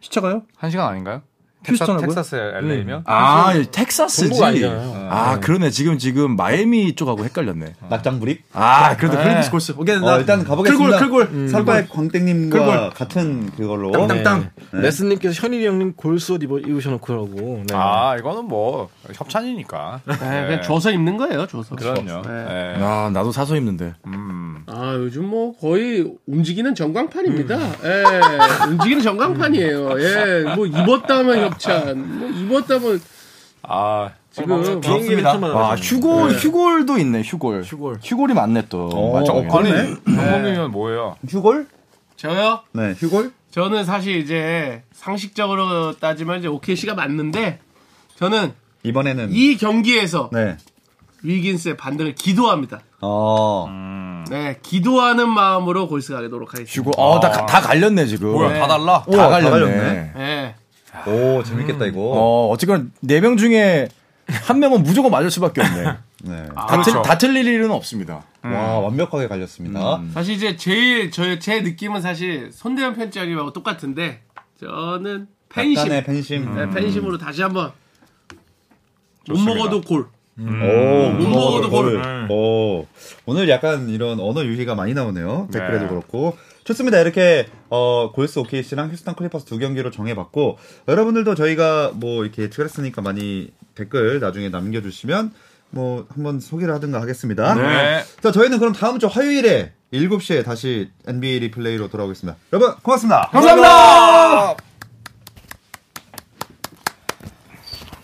Speaker 3: 시차가요?
Speaker 5: 한 시간 아닌가요? 텍사,
Speaker 3: 휴스턴하고요?
Speaker 5: 텍사스 LA면
Speaker 3: 아 텍사스지.
Speaker 6: 동부가 아니잖아요.
Speaker 3: 아 그러네. 지금 지금 마이애미 쪽하고 헷갈렸네.
Speaker 2: 낙장 불입?
Speaker 3: 아 그래도 클리퍼스 골스. 오케이
Speaker 2: 어,
Speaker 3: 나
Speaker 2: 일단 가보겠습니다.
Speaker 3: 클골 클골.
Speaker 2: 설바의 광땡님과
Speaker 3: 글골.
Speaker 2: 같은 그걸로.
Speaker 3: 어.
Speaker 2: 네.
Speaker 3: 땅땅땅.
Speaker 6: 네. 레슨님께서 현일이 형님 골수옷 입어, 입으셔놓고 그러고. 네.
Speaker 5: 아 이거는 뭐 협찬이니까.
Speaker 4: 네,
Speaker 5: 네.
Speaker 4: 그냥 줘서 입는 거예요, 줘서.
Speaker 5: 그럼요.
Speaker 4: 네.
Speaker 5: 네. 음.
Speaker 3: 아 나도 사서 입는데.
Speaker 4: 아 요즘 뭐 거의 움직이는 전광판입니다. 예, 움직이는 전광판이에요. 예, 뭐 입었다면 협찬, 뭐 입었다면
Speaker 5: 아
Speaker 6: 그
Speaker 4: 지금
Speaker 6: 비행기 회차만
Speaker 3: 아
Speaker 6: 하잖아요.
Speaker 3: 휴골 휴골도 있네 휴골. 휴골. 휴골이 많네 또. 맞아.
Speaker 5: 아니 방송이면 뭐예요?
Speaker 2: 휴골?
Speaker 4: 저요?
Speaker 2: 네, 휴골?
Speaker 4: 저는 사실 이제 상식적으로 따지면 이제 OKC가 맞는데 저는
Speaker 2: 이번에는
Speaker 4: 이 경기에서
Speaker 2: 네.
Speaker 4: 위긴스의 반등을 기도합니다.
Speaker 2: 어.
Speaker 4: 네, 기도하는 마음으로 골스 가게 노력하겠습니다.
Speaker 10: 주고 아, 어다 다 갈렸네 지금.
Speaker 5: 뭐야 다 달라?
Speaker 10: 다
Speaker 2: 다
Speaker 10: 갈렸네.
Speaker 2: 갈렸네.
Speaker 4: 네.
Speaker 2: 오, 재밌겠다
Speaker 3: 음.
Speaker 2: 이거.
Speaker 10: 어 어쨌건 네 명 중에 한 명은 무조건 맞을 수밖에
Speaker 3: *laughs*
Speaker 10: 없네.
Speaker 2: 네.
Speaker 3: 아,
Speaker 10: 다,
Speaker 3: 그렇죠.
Speaker 10: 틀, 다 틀릴 일은 없습니다.
Speaker 2: 와, 완벽하게 갈렸습니다.
Speaker 4: 사실 이제 제일 저의 제 느낌은 사실 손대현 편집장님하고 똑같은데 저는 팬심,
Speaker 2: 약간의 팬심.
Speaker 4: 네, 팬심으로 다시 한번 못 먹어도 골.
Speaker 2: 음. 오,
Speaker 4: 못 먹어도 골.
Speaker 2: 오, 오늘 약간 이런 언어 유희가 많이 나오네요. 댓글에도 그렇고. 좋습니다. 이렇게 어, 골스 OKC랑 휴스턴 클리퍼스 두 경기로 정해봤고 여러분들도 저희가 뭐 이렇게 예측을 했으니까 많이 댓글 나중에 남겨주시면 뭐 한번 소개를 하든가 하겠습니다.
Speaker 5: 네.
Speaker 2: 자, 저희는 그럼 다음 주 화요일에 7시에 다시 NBA 리플레이로 돌아오겠습니다. 여러분 고맙습니다.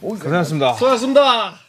Speaker 5: 고생하셨습니다.
Speaker 4: 수고하셨습니다.